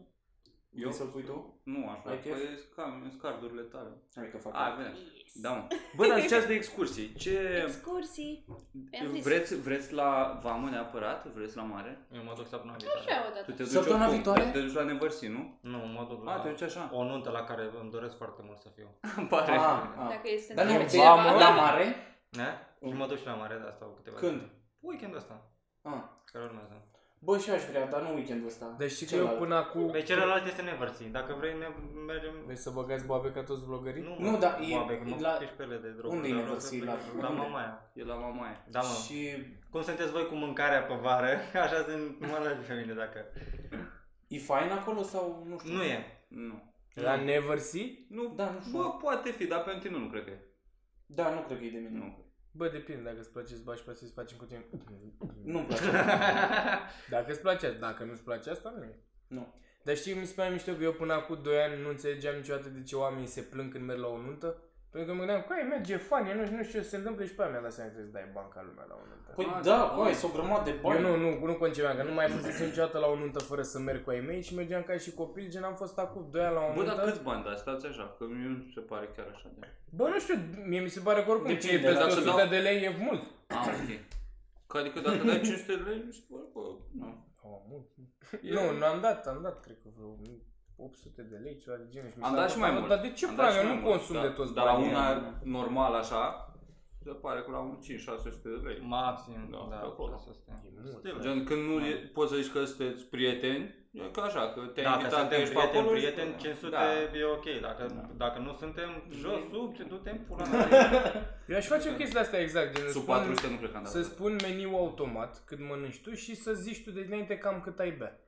A: Vrei să-l pui tu?
I: Nu, așa,
A: Ai
I: păi
A: chef?
I: e cam, e scardurile tale.
A: Hai că fac.
I: A, bine.
K: Yes.
I: Da,
K: <laughs>
I: mă. Bă, dar ziceați de excursii. Ce...
K: Excursii. I-am zis.
I: Vreți, vreți la vamă neapărat? Vreți la mare?
E: <laughs> Eu mă duc săptămâna
K: Așa
E: viitoare.
K: o
I: Tu
K: dată.
I: te duci
A: Săptămâna
I: oricum,
A: viitoare?
I: dar Te duci la nevărsi, nu?
E: Nu, mă duc
I: A, te
E: la
I: duci așa.
E: o nuntă la care îmi doresc foarte mult să fiu.
I: Îmi pare.
A: A, a.
K: Dacă este
A: Ah, Dar nu,
K: nevoie.
A: vamă, la mare?
E: Ne? Și mă duc și la mare de asta o câteva
A: Când?
E: zile. Weekendul ăsta,
A: A.
E: care urmează.
A: Ah. Bă, și eu aș vrea, dar nu weekendul ăsta.
C: Deci știi că eu
A: Celălalt.
C: până acum...
E: Pe Păi celălalt este nevărții. Dacă vrei, ne mergem...
C: Vrei să băgați boabe ca toți vlogării?
A: Nu, dar e-
E: Babe, că mă
A: la-
E: putești pe ele de droguri.
A: Unde e
E: dar vreau să
A: nevărții? La-
E: plec La
A: unde?
E: mamaia.
I: E la mamaie.
E: Da, mă.
A: Și
E: Cum sunteți voi cu mâncarea pe vară? <laughs> Așa sunt mă lași pe mine dacă...
A: e fain acolo sau nu știu?
E: Nu e.
I: Nu.
C: La Never See?
I: Nu,
A: Da, nu știu.
I: bă, poate fi, dar pentru tine nu cred că e.
A: Da, nu cred că e de mine.
I: Nu.
C: Bă, depinde dacă îți place să faci să facem cu tine.
A: Nu-mi place. <laughs>
C: Dacă îți place, dacă nu-ți place asta, nu e.
A: Nu.
C: Dar știi, mi se pare mișto că eu până acum 2 ani nu înțelegeam niciodată de ce oamenii se plâng când merg la o nuntă. Pentru că mă gândeam, coai, merge fani, nu, știu- nu știu ce se întâmplă și pe aia mi-a dat seama că trebuie să dai banca lumea la un nuntă.
A: Păi
I: Ah,
A: da,
I: da,
A: băi, sunt o grămadă de
C: Eu
A: bani.
C: nu, nu, nu concepeam, că nu mai fusesem niciodată la o nuntă fără să merg cu ai mei și mergeam ca și copil, gen am fost acum 2 ani la o
I: Bă, dar
C: nuntă.
I: câți bani dați? Stați așa, că mie nu se pare chiar așa de...
C: Bă, nu știu, mie mi se pare că oricum ce e
A: Depinde,
C: peste
I: dacă
C: 100
I: dau-
C: de lei e mult.
I: Ah, ok. Că adică dacă dai 500 de lei, mi se pare, bă, nu.
C: Oh, mult.
I: E-
C: Nu, nu am dat, am dat, cred că vreo 800 de lei, ceva de genul. mi
I: Am
C: s-a
I: dat și mai
C: părut,
I: mult.
C: Dar de ce
I: Am dat
C: plan?
I: și mai
C: Eu nu
I: mult,
C: consum
I: da.
C: de toți
I: Dar la
C: banii.
I: una normal așa, se pare că la un 5-600 de lei.
E: Maxim,
I: Da,
E: da,
I: pe acolo.
E: acolo.
C: E mult.
I: Gen, când nu e, poți să zici că sunteți prieteni, e ca așa, că te-ai
E: Dacă
I: invitat, că
E: suntem
I: ești pe
E: prieteni,
I: acolo. și-
E: prieteni, 500
I: Da.
E: e ok. Dacă,
I: Da.
E: dacă nu suntem jos, sub, ce du-te în pula
I: <laughs>
E: mea.
C: Eu aș face o chestie asta exact, gen să
I: Sub da,
C: spun,
I: 400 nu cred că am dat.
C: să spun meniu automat cât mănânci tu și să zici tu de dinainte cam cât ai bea.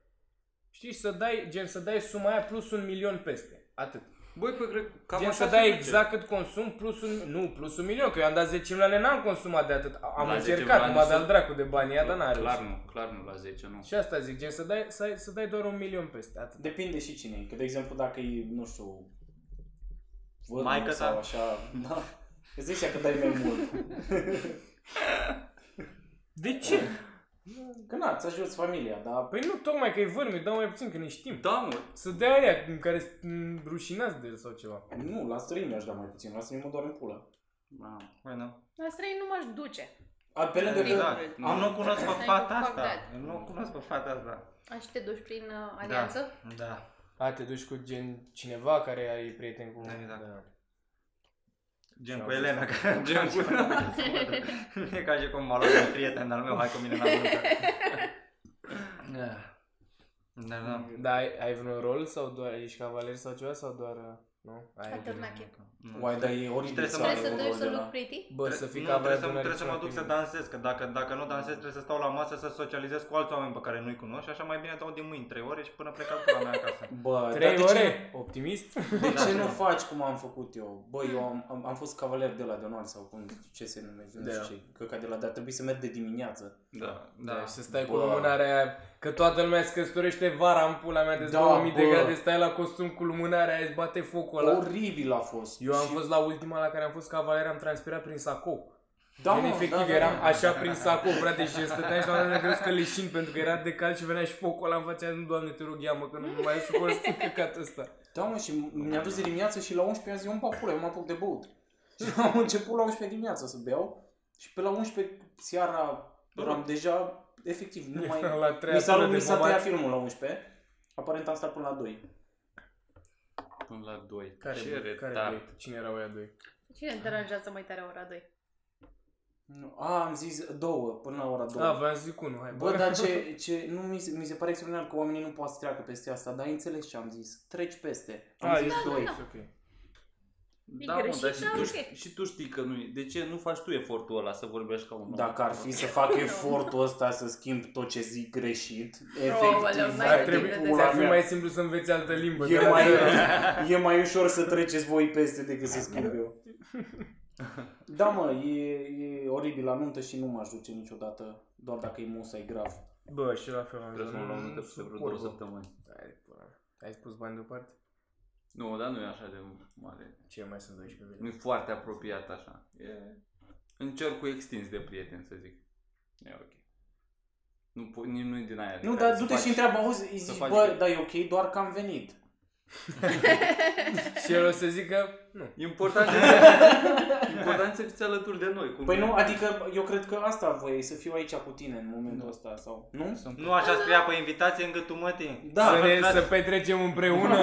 C: Știi, să dai, gen să dai suma aia plus un milion peste. Atât.
I: Băi, păi, cred, cam
C: Gen
I: așa
C: să
I: se
C: dai
I: duce.
C: exact cât consum plus un, nu, plus un milion, că eu am dat 10 milioane, n-am consumat de atât. Am
I: La 10
C: încercat,
I: milioane
C: m-a
I: sunt-
C: dat dracu de bani, ea, dar n-a
I: Clar
C: reușit.
I: nu, clar nu la 10, nu.
C: Și asta zic, gen să dai, să, ai- să dai doar un milion peste, atât.
A: Depinde și cine e. Că, de exemplu, dacă e, nu știu, văd
E: Maică
A: sau
E: ta.
A: așa, da. Îți dai seama că dai mai mult.
C: De ce?
A: Că na, ți ajuți familia, dar
C: Păi nu, tocmai că e vârmi, dau mai puțin, că ne știm.
I: Da, mă,
C: Să dea aia în care sunt m, rușinați de el sau ceva.
A: nu, la străin mi-aș da mai puțin, la străin mă doar în pulă.
I: Da.
E: Păi, na.
B: La străin nu m-aș duce.
A: A, pe
C: Da,
A: lângă că
E: Exact. Am nu cunosc pe
B: Ai
E: fata
B: făcut
E: asta.
B: fac
E: Nu cunosc pe fata asta.
B: Aș te duci prin uh, alianță?
E: Da.
C: A, te duci cu gen cineva care are prieten cu...
E: Da, exact.
C: Da.
E: Gen
C: Și
E: cu
C: am
E: Elena, că
I: <laughs> Gen cu-
E: <laughs> E ca și cum m-a luat un prieten al meu, hai cu mine la
I: <laughs>
E: muncă. Da, da.
C: Da, ai, ai vreun rol sau doar ești cavaler sau ceva sau doar... uh, Nu? Ai
B: Atârnache.
E: Nu.
A: Uai, dar e oribil
E: trebuie să
B: Vrei
E: Da,
B: să
A: ai
B: te
A: un
B: duci să
A: rol de
B: look
A: la-
B: pretty?
C: Bă, să fii
E: nu,
C: cavaler
E: trebuie să,
C: până
E: trebuie să mă
C: aici,
E: duc să
C: activ.
E: dansez, că dacă, dacă nu dansez trebuie să stau la masă să socializez cu alți oameni pe care nu-i cunosc și așa mai bine dau de mâini 3 ore și până plec la
C: <laughs>
E: mea acasă.
A: Bă, dar
C: Trei
A: de ce
C: ore? Optimist? Da.
A: De ce nu faci cum am făcut eu? Bă, eu am, am, am fost cavaler de la de onoare sau cum ce se numește, nu
C: Da.
A: știu ce, căca de la, dar trebuie să merg de dimineață.
I: da.
C: Da,
E: Da.
C: și să stai cu
A: Bă.
C: lumânarea aia, că toată lumea se căsătorește vara în pula mea de
A: Da,
C: 2000 de
A: bă.
C: grade, stai la costum cu lumânarea aia, îți bate focul ăla.
A: Oribil a fost.
C: Eu am
A: Și-
C: fost la ultima la care am fost cavaler, am transpirat prin sacou.
A: da,
C: Gen,
A: mă,
C: efectiv,
A: da, da,
C: eram
A: da.
C: așa prin sacou, frate, și stăteam și la un moment dat am crezut că leșin, pentru că era de cald și venea și focul ăla în fața mea, nu, doamne, te rog, ia mă, că nu mă mai suport să căcatul ăsta.
A: Da, mă, și m- mi-a dus de dimineață și la 11 zi, un papule, eu mă apuc de băut. <laughs> Și am început la 11 dimineața să beau și pe la 11 seara eram deja, efectiv,
C: <laughs>
A: nu mai...
C: La treia
A: Mi s-a,
C: tură Da. de
A: mi s-a
C: bobat.
A: tăiat filmul la 11, aparent am stat până la 2.
I: Până la 2.
C: Care,
I: Ce
C: bă, care
I: retard.
C: doi? Cine erau ăia doi?
B: Cine îmi deranjează mai tare ora 2?
A: Nu, a, am zis 2, până la ora 2.
C: Da, v-am zis unul, hai.
A: Bă, dar ce, ce nu mi se, mi se pare extraordinar că oamenii nu pot să treacă peste asta, dar ai înțeles ce am zis. Treci peste. Am
C: A,
A: zis
C: e
A: doi.
C: ok.
I: Da, mă,
B: greșit,
I: dar și
B: dar
I: tu,
B: ok.
I: și tu știi că nu e. De ce nu faci tu efortul ăla să vorbești ca un om?
A: Dacă ar fi să fac efortul ăsta să schimb tot ce zic greșit,
B: Probabil,
A: efectiv,
B: n-ai
A: vai
C: Ar
A: de
C: trebui,
B: timp de
A: pula
C: ar fi
A: mea.
C: mai simplu să înveți altă limbă. da?
A: E
C: dar-
A: mai, e mai ușor să treceți voi peste decât să schimb eu. Da, mă, e, e oribil la nuntă și nu m-aș duce niciodată, doar dacă e musai grav.
C: Bă, și la fel am
I: Trebuie
C: zis.
I: să mă luăm
C: nu-
I: încă
C: nu
I: peste vreo
C: suport,
I: două
C: bă.
I: săptămâni.
C: Hai, pula mea. Ai spus bani deoparte?
I: Nu, dar nu e așa de mare.
C: Ce mai sunt 12
I: Nu e foarte apropiat așa. E în cercul extins de prieteni, să zic. E ok. Nu, po- nu, nu e din aia. de
A: Nu,
I: care
A: dar
I: să
A: du-te
I: faci-
A: și întreabă, auzi, îi
I: să
A: zici,
I: faci
A: bă,
I: bine."
A: da, e ok, doar că am venit.
C: Și el o să zică, nu.
I: Important
A: <laughs>
I: e important să fiți alături de noi. Cum
A: Păi nu, adică eu cred că asta voi să fiu aici cu tine în momentul ăsta sau... Nu?
E: Nu așa scria pe invitație în gâtul mătii.
A: Da,
C: să, ne,
E: frate.
C: să petrecem împreună?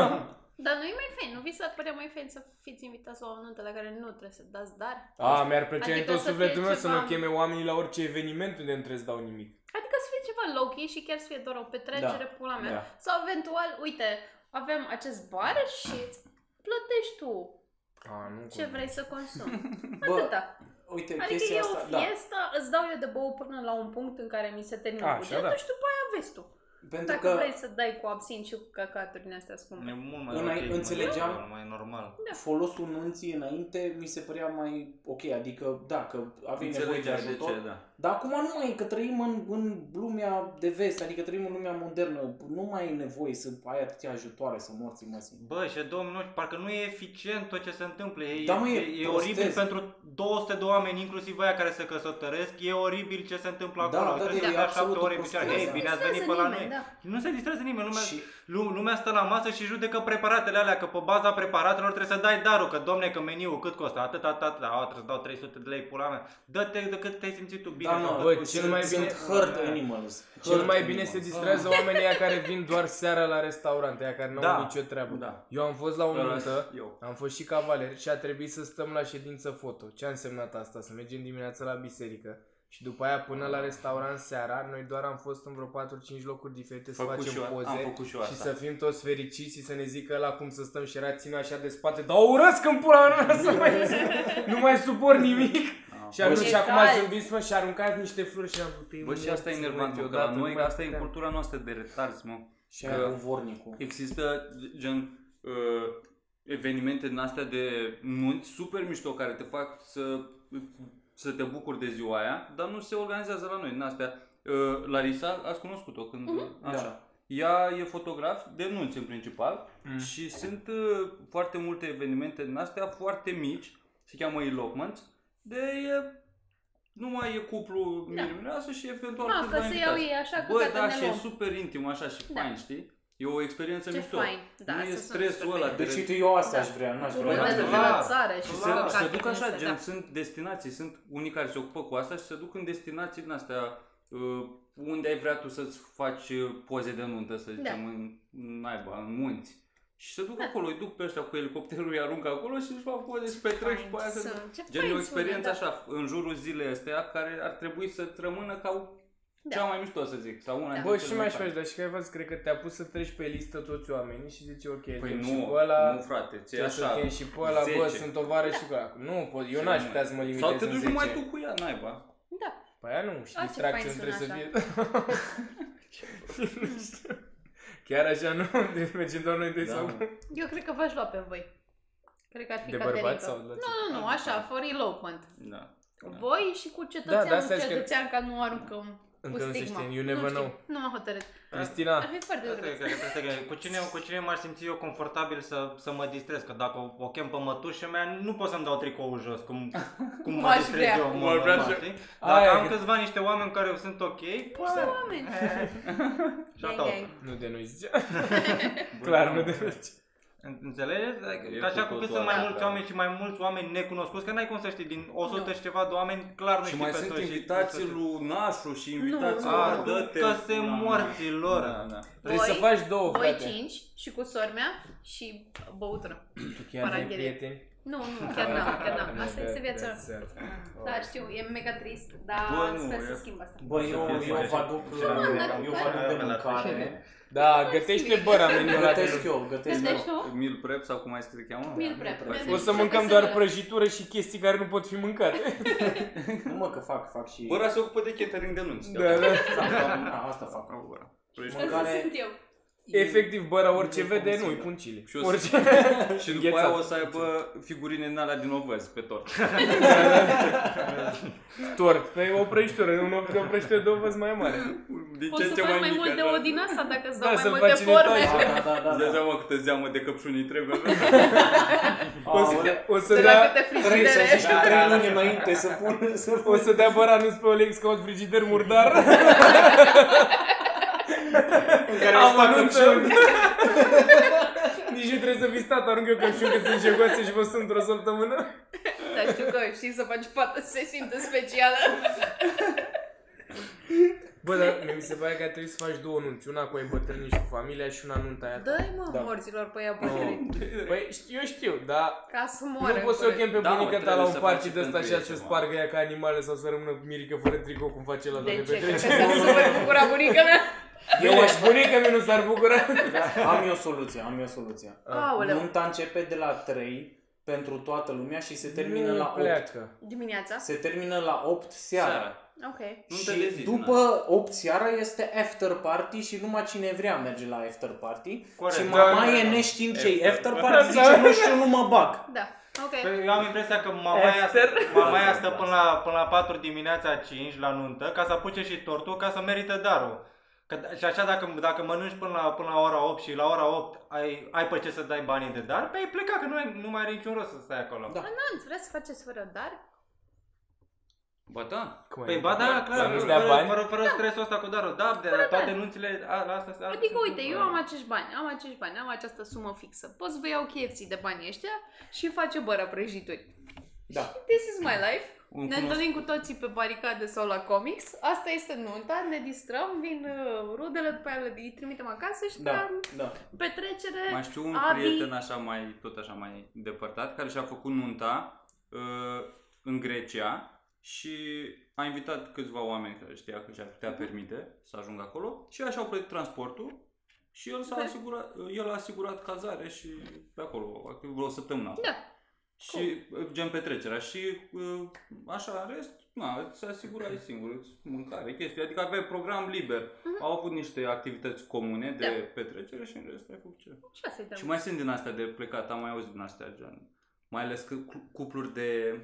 B: Dar nu e mai fain, nu vi s-ar părea mai fain să fiți invitați la o nuntă la care nu trebuie să dați dar?
A: Ah.
C: A, mi-ar plăcea
B: Adică
C: în tot
B: să fie
C: sufletul meu să
B: ceva-
C: mă cheme oamenii la orice eveniment unde nu trebuie să dau nimic.
B: Adică să fie ceva low-key și chiar să fie doar o petrecere,
A: Da,
B: pula mea.
A: da.
B: Sau eventual, uite, avem acest bar și îți plătești tu
C: A, nu
B: ce vrei să consumi.
A: <laughs> Bă,
B: Atâta.
A: uite,
B: Adică
A: chestia
B: e
A: asta,
B: o
A: da.
B: fiesta, îți dau eu de bău până la un punct în care mi se termină
C: A, așa,
B: bugetul
C: da.
B: și după aia vezi tu.
A: Pentru
K: Dacă
A: că
K: vrei să dai cu absint și cu cacaturi din astea
E: E
K: scumpe.
E: mult mai
A: Noi
E: ok,
A: înțelegeam-
E: mai, mai normal.
A: folosul nunții înainte mi se părea mai ok, adică dacă avem nevoie de
I: Înțelegeai de
A: ajutor,
I: ce, da.
A: Dar acum nu mai e, că trăim în, în lumea de vest, adică trăim în lumea modernă. Nu mai e nevoie să ai atâtea ajutoare, să morți măsii.
E: Bă, și domnul, parcă nu e eficient tot ce se întâmplă. E,
A: Da, mă, e
E: e, e
A: prostesc.
E: oribil pentru 200 de oameni, inclusiv aia care se căsătoresc. E oribil ce se întâmplă
A: Da,
E: acolo.
A: da,
E: Trebuie
A: e
E: să dea
A: absolut
E: 7 ore
A: o
E: în picioare.
A: prostie,
E: Hei,
A: da.
E: bine ați venit pe la noi. Nu se distrează nimeni. Lumea,
A: Și
E: Lu- Lumea stă la masă și judecă preparatele alea, că pe baza preparatelor trebuie să dai darul, că domne, că meniul cât costă, atât, atât, atât, a, trebuie să dau 300 de lei, pula mea, dă-te de cât te-ai simțit tu bine.
A: Da,
E: sau
A: mă,
E: cât-
C: bă,
A: sunt-
C: cel mai bine-
A: sunt
E: Da.
A: herd animals.
C: Cel
A: Herd
C: mai bine
A: animals.
C: se distrează
B: Ah.
C: oamenii aia care vin doar seara la restaurant, aia care nu
E: Da.
C: au nicio treabă.
I: Da.
C: Eu am fost la o
I: Ăla-
C: nuntă,
I: Eu.
C: am fost și cavaler și a trebuit să stăm la ședință foto. Ce a însemnat asta? Să mergem dimineața la biserică și după aia până la restaurant seara, noi doar am fost în vreo 4-5 locuri diferite să
I: Făcut și
C: facem
I: eu,
C: poze.
I: am făcut și eu
C: Și
I: asta.
C: să fim toți fericiți și să ne zică la cum să stăm și era ținut așa de spate Dar o urăsc în pula mea să mai Nu mai suport nimic
I: Ah.
C: Și atunci
K: Bă, și-
C: și acum
K: Egal.
C: zâmbiți mă și aruncați niște flori și am putut
I: Bă, și asta e enervant, mă, că la
C: da,
I: noi, că asta e cultura noastră de retarzi, mă.
A: Și aia
I: Că-
A: cu vornicul.
I: Există, gen, uh, evenimente din astea de nunți super mișto care te fac să, să te bucuri de ziua aia, dar nu se organizează la noi din astea. Uh, Larisa, ați cunoscut-o când...
K: Mhm.
I: Așa.
A: Da.
I: Ea e fotograf de nunți în principal și sunt uh, foarte multe evenimente din astea foarte mici, se cheamă elopements, de e, numai e cuplu
K: Da.
I: da. și eventual
K: Nu,
I: câțiva
K: Ah, că se
I: invitați.
K: iau ei așa cu
I: Bă, da,
K: cacaturi
I: și
K: ne
I: e
K: luăm.
I: super intim așa și
K: Da.
I: fain, știi? E o experiență
K: Ce
I: mișto.
K: fain. Da,
I: nu e
K: să sună
I: stresul
K: super
I: ăla
K: bine.
I: de...
A: Deci uite, eu asta aș vrea, n-aș
K: Tu
A: vrea.
K: vezi de
E: Da.
K: la țară și
I: Și
K: cu
I: se,
K: cacaturi
I: se duc
K: din
I: așa,
K: astea,
I: gen,
K: da.
I: sunt destinații, sunt unii care se ocupă cu asta și se duc în destinații din astea uh, unde ai vrea tu să-ți faci uh, poze de nuntă,
K: Da.
I: să zicem, în în naiba, în munți. Și se duc acolo, îi duc pe ăștia cu elicopterul, îi aruncă acolo și își fac poze și petrec și pe aia
K: Fain
I: se duc.
K: sunt. Ce
I: Gen, e
K: fain
I: o
K: sună,
I: experiență
K: da.
I: așa, în jurul zilei astea, care ar trebui să-ți rămână ca
K: Da.
I: cea mai mișto, să zic, sau una
K: Da.
I: dintre
C: Bă,
I: cele
C: și
I: mai
C: mai aș
I: faine.
C: face, dar și că ai văzut, cred că te-a pus să treci pe listă toți oamenii și zici, ok,
I: Păi
C: dăm și
I: nu,
C: pe ăla,
I: nu, frate, ți
C: trebuie să
I: așa.
C: chem și pe ăla, bă,
I: 10.
C: sunt tovară și cu ăla. Nu, pot, eu n-aș putea să mă limitez
I: Sau te
C: în
I: duci
C: 10.
I: numai tu cu ea, naiba.
K: Da.
C: Păi aia nu, și
K: Altfel
C: distracție nu
K: fain
C: trebuie să
K: sună
C: fie. <laughs> Chiar așa nu? Deci mergem doar noi doi
I: Da,
C: sau
I: mă.
K: Eu cred că v-aș lua pe voi. Cred că ar fi
C: de bărbați
K: Caterica.
C: sau de la ce?
K: Nu, nu, nu, așa, for elopement.
I: Da.
K: Voi și cu
C: Da, da,
K: cetățeanul,
C: asta e că-
K: cetățean, ca nu aruncăm cu
C: Încă nu se
K: stigma.
C: știe, you
K: nu
C: never
K: știu,
C: know.
K: Nu m-am hotărât. Ar
I: Ah,
C: Cristina,
K: fi foarte
E: Asta e
K: drăguț.
E: care trebuie să te- Cu cine, cu cine m-aș simți eu confortabil să, să mă distrez? Că dacă o, o chem pe mătușa mea, nu pot să-mi dau tricoul jos, cum, cum mă
K: Cum aș
E: distrez
K: vrea.
E: eu.
I: Cum
E: mă,
I: ar vrea
E: normal,
I: și-
E: știi? Dacă
C: Aia
E: am
C: e.
E: câțiva niște oameni care sunt ok, pula
K: Niște
E: mea.
I: <laughs>
K: oameni.
E: Și
K: Gang,
E: atâta.
K: gang.
C: nu de noi zicea. Clar, nu de noi.
E: În- Înțelegeți? Adică,
I: Da, E
E: că așa
I: cu
E: cu cât
I: totul da.
E: sunt mai
I: altceva.
E: mulți oameni și mai mulți oameni necunoscuți, că n-ai cum să știi, din 100 și ceva de oameni, clar nu
I: Și
E: știi
I: mai
E: pe
I: sunt
E: toți și-
I: invitații lui Nașu și invitații
K: Nu, nu,
I: A,
K: nu.
I: dă-te
E: Că se
I: pula mea.
E: morții lor.
I: Da, da.
C: Trebuie să
K: Voi-
C: faci două,
K: Voi
C: frate.
K: cinci și cu sora mea și băutură.
C: Tu chiar ai
K: paranghelie.
C: prieteni?
K: Nu, nu, chiar n-am, chiar n-am. Asta
C: Da,
K: este viața.
C: da, da.
K: Da, știu, e mega trist, dar
I: Bă, nu,
K: sper
I: e-
K: să schimb asta.
A: Bă, eu,
I: Să fie
A: eu vă
I: mai-
A: aduc,
K: dar
A: eu vă aduc de
E: fain.
A: mâncare.
C: Da, gătește bă ramenul ăla de
A: Gătesc
C: lucru.
A: eu, gătesc eu.
K: Gătești tu?
I: Meal prep sau cum ai scris că cheamă?
K: Meal prep.
I: Da.
C: O să mâncăm doar prăjitură și chestii care nu pot fi mâncate.
A: Nu mă că fac, fac și...
I: Băra se ocupă de catering de nunți.
C: Da, da.
A: Da, asta fac.
I: Bravo, Bora. Ești
K: Asta
A: mâncare-
K: sunt eu.
C: Efectiv, bă, orice
A: E
C: vede, nu,
A: posibil.
C: îi pun chili.
I: Și o să-
C: Orice. <laughs>
I: Și după
C: Înghețat.
I: aia o să aibă figurine din alea din ovăz pe tort.
C: Tort, Păi, pe o prăjitură, un opt de o prăjitură de ovăz mai mare.
I: Din
K: Poți
I: ce în
K: să
I: ce
K: faci mai
I: mică,
K: mult de
I: așa.
K: o din asta dacă îți dau
C: Da,
K: mai
C: să
K: multe
C: faci în
K: forme.
C: etaj.
A: Da, da, da,
I: Îți dai
A: da.
I: seama câtă zeamă de căpșuni îi trebuie.
C: O să,
A: Aoleu. Da,
C: o Da. să
K: De la
C: dea...
K: câte
A: Trebuie să
K: frigidere.
A: zici că trei luni înainte să pun, să
C: O
A: pun
C: să dea băranus pe Olex ca un frigider murdar.
A: în care
C: Am
A: îți fac căpșuni.
C: anunțat. Nici nu trebuie să fii stat, arunc eu căpșuni că sunt jegoase și vă sunt într-o săptămână.
K: Dar Da, știu că știi să faci fată să se simtă specială.
C: Bă, dar mie mi se pare că ar trebui să faci două nunți. Una cu ai bătrânii și cu familia și una nunta aia.
K: Dă-i mă
A: Da.
K: morților pe ea
C: Nu.
K: bătrâni.
C: Păi știu- eu știu, dar
K: Ca să
C: Nu
K: moară.
C: poți să o
K: corect.
C: chem pe
I: Da, mă,
C: bunica ta
I: trebuie
C: la
I: să
C: un party
I: faci
C: de ăsta
I: pentru
C: și ea
I: ei
C: să
I: ceva.
C: spargă ea ca animale sau să rămână mirică fără tricou cum face la
K: De
C: doamne
K: ce? Că
C: Petrece.
B: <laughs>
K: se supără bucura bunica mea?
C: <laughs> Eu aș spune că nu s-ar bucura.
A: Da.
C: Ah,
A: Am eu soluția, am eu soluția.
K: Aoleu.
A: Nunta începe de la 3 pentru toată lumea și se termină
C: Termină
A: la 8.
C: pleacă.
L: Dimineața?
A: Se termină la 8 seara.
I: Seara.
L: Ok.
I: Nu te
A: Și
I: dezid, na.
A: după 8 seara este after party și numai cine vrea merge la after party.
I: Corect.
A: Și
I: Da,
A: mama
I: da,
A: e
I: da.
A: neștiind ce e after party, zice nu știu, nu mă bag.
B: Da, ok.
E: Păi Eu am impresia că mamaia, mamaia
I: Da.
E: stă până la, până la 4 dimineața 5 la nuntă ca să apuce și tortul ca să merită darul. Că, d- și așa dacă, dacă mănânci până la, până la ora 8 și la ora 8 ai, ai pe ce să dai banii de dar, pe ai plecat că nu, ai, nu mai are niciun rost să stai acolo.
A: Da.
B: Nu, vreți să Păi faceți fără dar?
I: Ba da.
C: Cum
E: Păi ba da, clar,
C: Să
E: fără,
C: nu-ți dea
E: fără,
C: bani?
E: fără, fără stresul ăsta cu darul, da, de la
B: Fără
E: toate
B: bani.
E: nunțile a, la asta se
B: Adică, uite, eu am acești bani, am acești bani, am această sumă fixă. Pot să vă iau KFC de banii ăștia și face bără prăjituri.
A: Da.
B: This is my life.
I: Un
B: Ne
I: cunosc-
B: întâlnim cu toții pe baricade sau la comics. Asta este nunta, ne distrăm, vin uh, rudele, după aia le- îi trimitem acasă și
A: Da,
B: da.
A: da.
B: petrecere.
I: Mai știu un
B: Abi.
I: prieten așa mai, tot așa mai depărtat, care și-a făcut nunta uh, în Grecia și a invitat câțiva oameni care știa că și-ar
B: Mhm.
I: putea permite să ajungă acolo și așa au plătit transportul și el s-a
B: Ok.
I: asigurat, el a asigurat cazare și pe acolo, vreo săptămână.
B: Da.
I: Și uh, gen petrecerea și uh, așa, în rest, na, îți asigurai singur, îți mâncare, chestii, adică aveai program liber.
B: Mhm.
I: Au avut niște activități comune de
B: Da.
I: petrecere și în rest ai făcut ce.
B: Și asta e
I: Și
B: treaba.
I: mai sunt din astea de plecat, am mai auzit din astea, gen, mai ales că cu- cupluri de,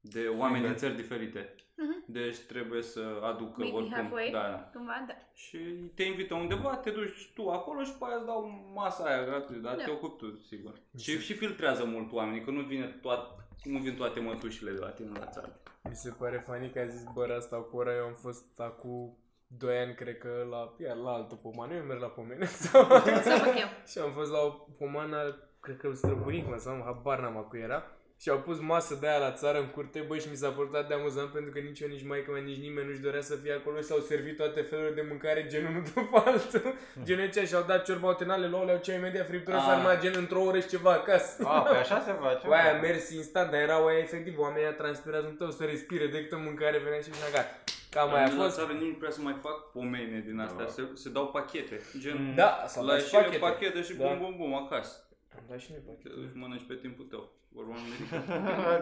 I: de oameni din țări diferite.
B: Mhm.
I: Deci trebuie să aducă
B: Meet me halfway.
I: oricum. Da, da.
B: Cumva, da.
I: Și te invită undeva, te duci tu acolo și pe aia îți dau masa aia gratuit, dar
B: Da.
I: te ocupi tu, sigur.
C: Exact.
I: Și, și filtrează mult oamenii, că nu, vine toat, nu vin toate mătușile de la tine la țară.
C: Mi se pare funny că ai zis băra asta cu ora, eu am fost acum 2 ani, cred că la, iar la altă pomană, <laughs> eu merg la pomene sau...
B: Să fac eu.
C: și am fost la o pomană, cred că străbunic mă, sau habar n-am a cu era. Și au pus masă de aia la țară în curte, băi, și mi s-a părut de amuzant pentru că nici eu, nici maica mea, nici nimeni nu-și dorea să fie acolo și s-au servit toate felurile de mâncare, genul unul <laughs> după altul. Genul ăsta și-au dat ciorba, au tenale, luau, le-au cea imediat friptură, s-a
I: Ah.
C: armat gen într-o oră și ceva acasă.
E: A, pe păi așa se face?
C: Cu aia a mers instant, dar era oaia efectiv, oamenii transpirați, nu puteau să respire, decât în mâncare venea și așa, gata. Cam aia Da, a
I: La
C: fost.
I: țară nici prea să mai fac pomene din astea, se, se dau pachete. Gen,
C: Da, s-au
I: la
C: dat și
I: ieșire
C: pachete.
I: pachete. pachete și
C: Da.
I: bum bum bum acasă.
C: Am dat și noi pachete.
I: Îți mănânci pe timpul tău. Vorba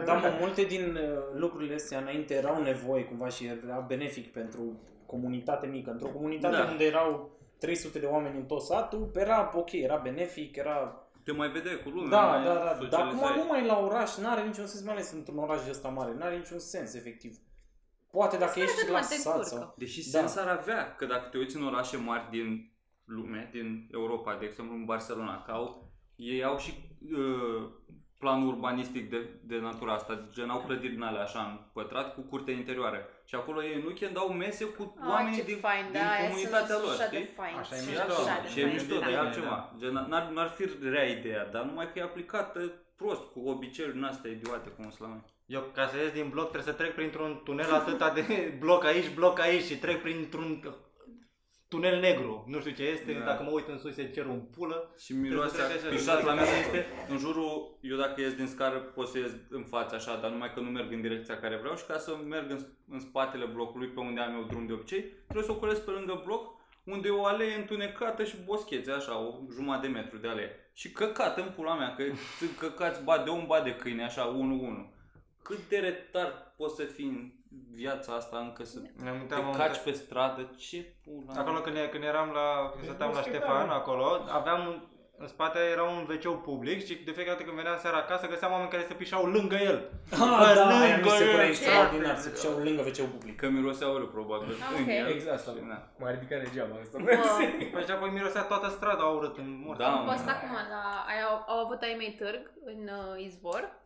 A: Dar mă, multe din uh, lucrurile astea înainte erau nevoie cumva și era benefic pentru comunitate mică. Într-o comunitate
I: Da.
A: unde erau 300 de oameni în tot satul, era ok, era benefic, era...
I: Te mai vedeai cu lumea,
A: Da,
I: mai
A: da, da, dar acum
I: socializai.
A: numai la oraș n-are niciun sens, mai ales într-un oraș de ăsta mare, n-are niciun sens, efectiv. Poate dacă
B: Sper că
A: ești
B: nu
A: la
B: mă te
A: sat
B: încurcă.
A: sau...
I: Deși
A: Da.
I: sens ar avea, că dacă te uiți în orașe mari din lume, din Europa, de exemplu în Barcelona, că au, ei au și uh, planul urbanistic de, de natura asta, gen au clădiri din alea așa, în pătrat, cu curte interioare. Și acolo ei în weekend au mese cu
L: Ah,
I: oamenii
L: ce
I: din,
L: fain,
I: din
L: da,
I: comunitatea lor,
L: așa de
I: știi?
L: fain.
E: Așa e
L: sunt
E: mișto,
L: așa de
I: Și e
L: fain,
I: mișto,
L: da.
I: dar e altceva. Gen, n-ar, n-ar fi rea ideea, dar numai că e aplicată prost, cu obiceiuri din astea idiote, cum sunt la noi.
E: Eu ca să ies din bloc trebuie să trec printr-un tunel atâta de <laughs> bloc aici, bloc aici și trec printr-un tunel negru. Nu știu ce este,
I: Da.
E: dacă mă uit în sus e cerul în pulă.
I: Și miroase
E: Trebuie să
I: a
E: treci așa.
I: pișat la mine este în jurul, eu dacă ies din scară pot să ies în față așa, dar numai că nu merg în direcția care vreau și ca să merg în, în spatele blocului pe unde am eu drum de obicei, trebuie să o ocolesc pe lângă bloc unde e o alee întunecată și boschețe, așa, o jumătate de metru de alee. Și căcat în pula mea,
E: <laughs>
I: că sunt căcați ba de om, ba de câine, așa, unul, unul. Cât de retard poți să fii în viața asta încă să
E: Ne-am
I: te
L: Da,
E: uitat, m-am
I: caci
E: uitat.
I: pe stradă, ce pula mea.
E: Acolo când, e- când eram la,
B: Păi,
E: când stăteam la
B: da,
E: Ștefan, acolo, aveam un- în spate era un wc public și de fiecare dată când veneam seara acasă găseam oameni care se pișau lângă el.
A: Ah, da, aia mi se
E: Lângă
A: pare
E: el.
A: extraordinar, se făceau lângă wc public.
I: Că miroase aură, probabil.
L: Ah,
I: În Da.
L: ok.
I: el.
C: Exact asta.
I: Și, na.
C: M-a ridicat degeaba asta.
E: Păi și apoi mirosea toată strada a urât în mort.
I: Da,
B: Am
I: mă.
B: fost acum la... Ai, au, au avut ai mei târg în uh, izvor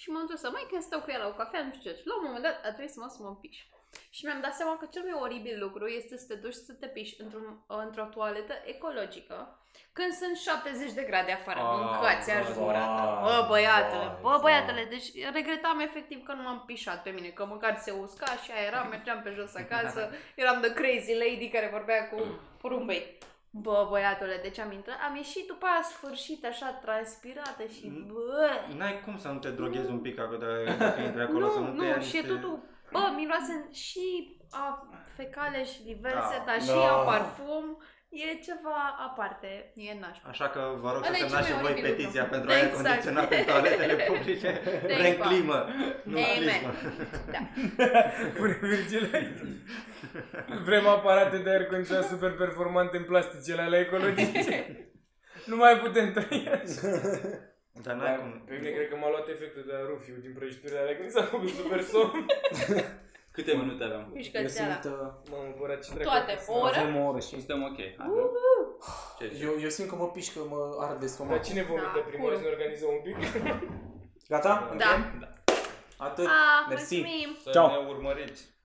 B: și m-am dus să mai când stau cu ea la o cafea, nu știu ce. Și la un moment dat a trebuit să mă să mă piș. Și mi-am dat seama că cel mai oribil lucru este să te duci să te piși într-un, uh, într-o toaletă ecologică când sunt 70 de grade afară,
C: Ah,
B: mâncați aș
C: vai,
B: gura. Bă, băiatele, bă,
C: vai,
B: băiatele, deci regretam efectiv că nu m-am pișat pe mine, că măcar se usca și aia era, mergeam pe jos acasă, eram the crazy lady care vorbea cu porumbei. Bă, băiatule, deci am intrat, am ieșit după aia sfârșit, așa transpirată și
E: Mm-hmm.
B: bă...
E: N-ai cum să nu te droghezi un pic acolo dacă, dacă intri acolo, să
B: Nu,
E: nu, te ia
B: nu, și e
E: niște-
B: totul... Bă, miroase și a fecale și diverse,
E: Da.
B: dar și
A: Da.
B: a parfum. E ceva aparte, e nașpa.
E: Așa că vă rog să
M: Ăla e cel
E: semnați și
M: mai
E: voi
M: oribil
E: petiția
M: lucru.
E: pentru aer
B: Exact.
E: condiționat în toaletele publice. Vrem
B: Exact.
E: climă, nu
B: Amen.
E: clismă.
C: <laughs> Pune Virgil aici. Vrem aparate de aer condiționat super performante în plasticele alea
B: <laughs>
C: ecologice. Nu mai putem trăi așa.
E: Dar n-ai cum.
C: Pe mine cred că m-a luat efectul de la Rufiu din prăjiturile alea când s-a făcut super somn.
E: Câte minute avem?
A: Eu
B: Mișcăția
A: simt,
B: ala.
A: uh,
C: M-am bucurat ce trecut.
B: Toate, o oră.
A: avem o oră și
E: Suntem ok. Hai,
B: Uhu.
E: Uhuh. Ce zici?
A: eu, eu simt că mă pișcă, mă arde
C: Dar
A: stomacul.
C: cine vomită
B: Da,
C: primul? Hai să ne organizăm un pic.
A: Gata?
B: Da.
A: Atât.
B: Ah,
A: Mersi.
B: mulțumim.
E: Să
A: Ciao.
E: ne urmăriți.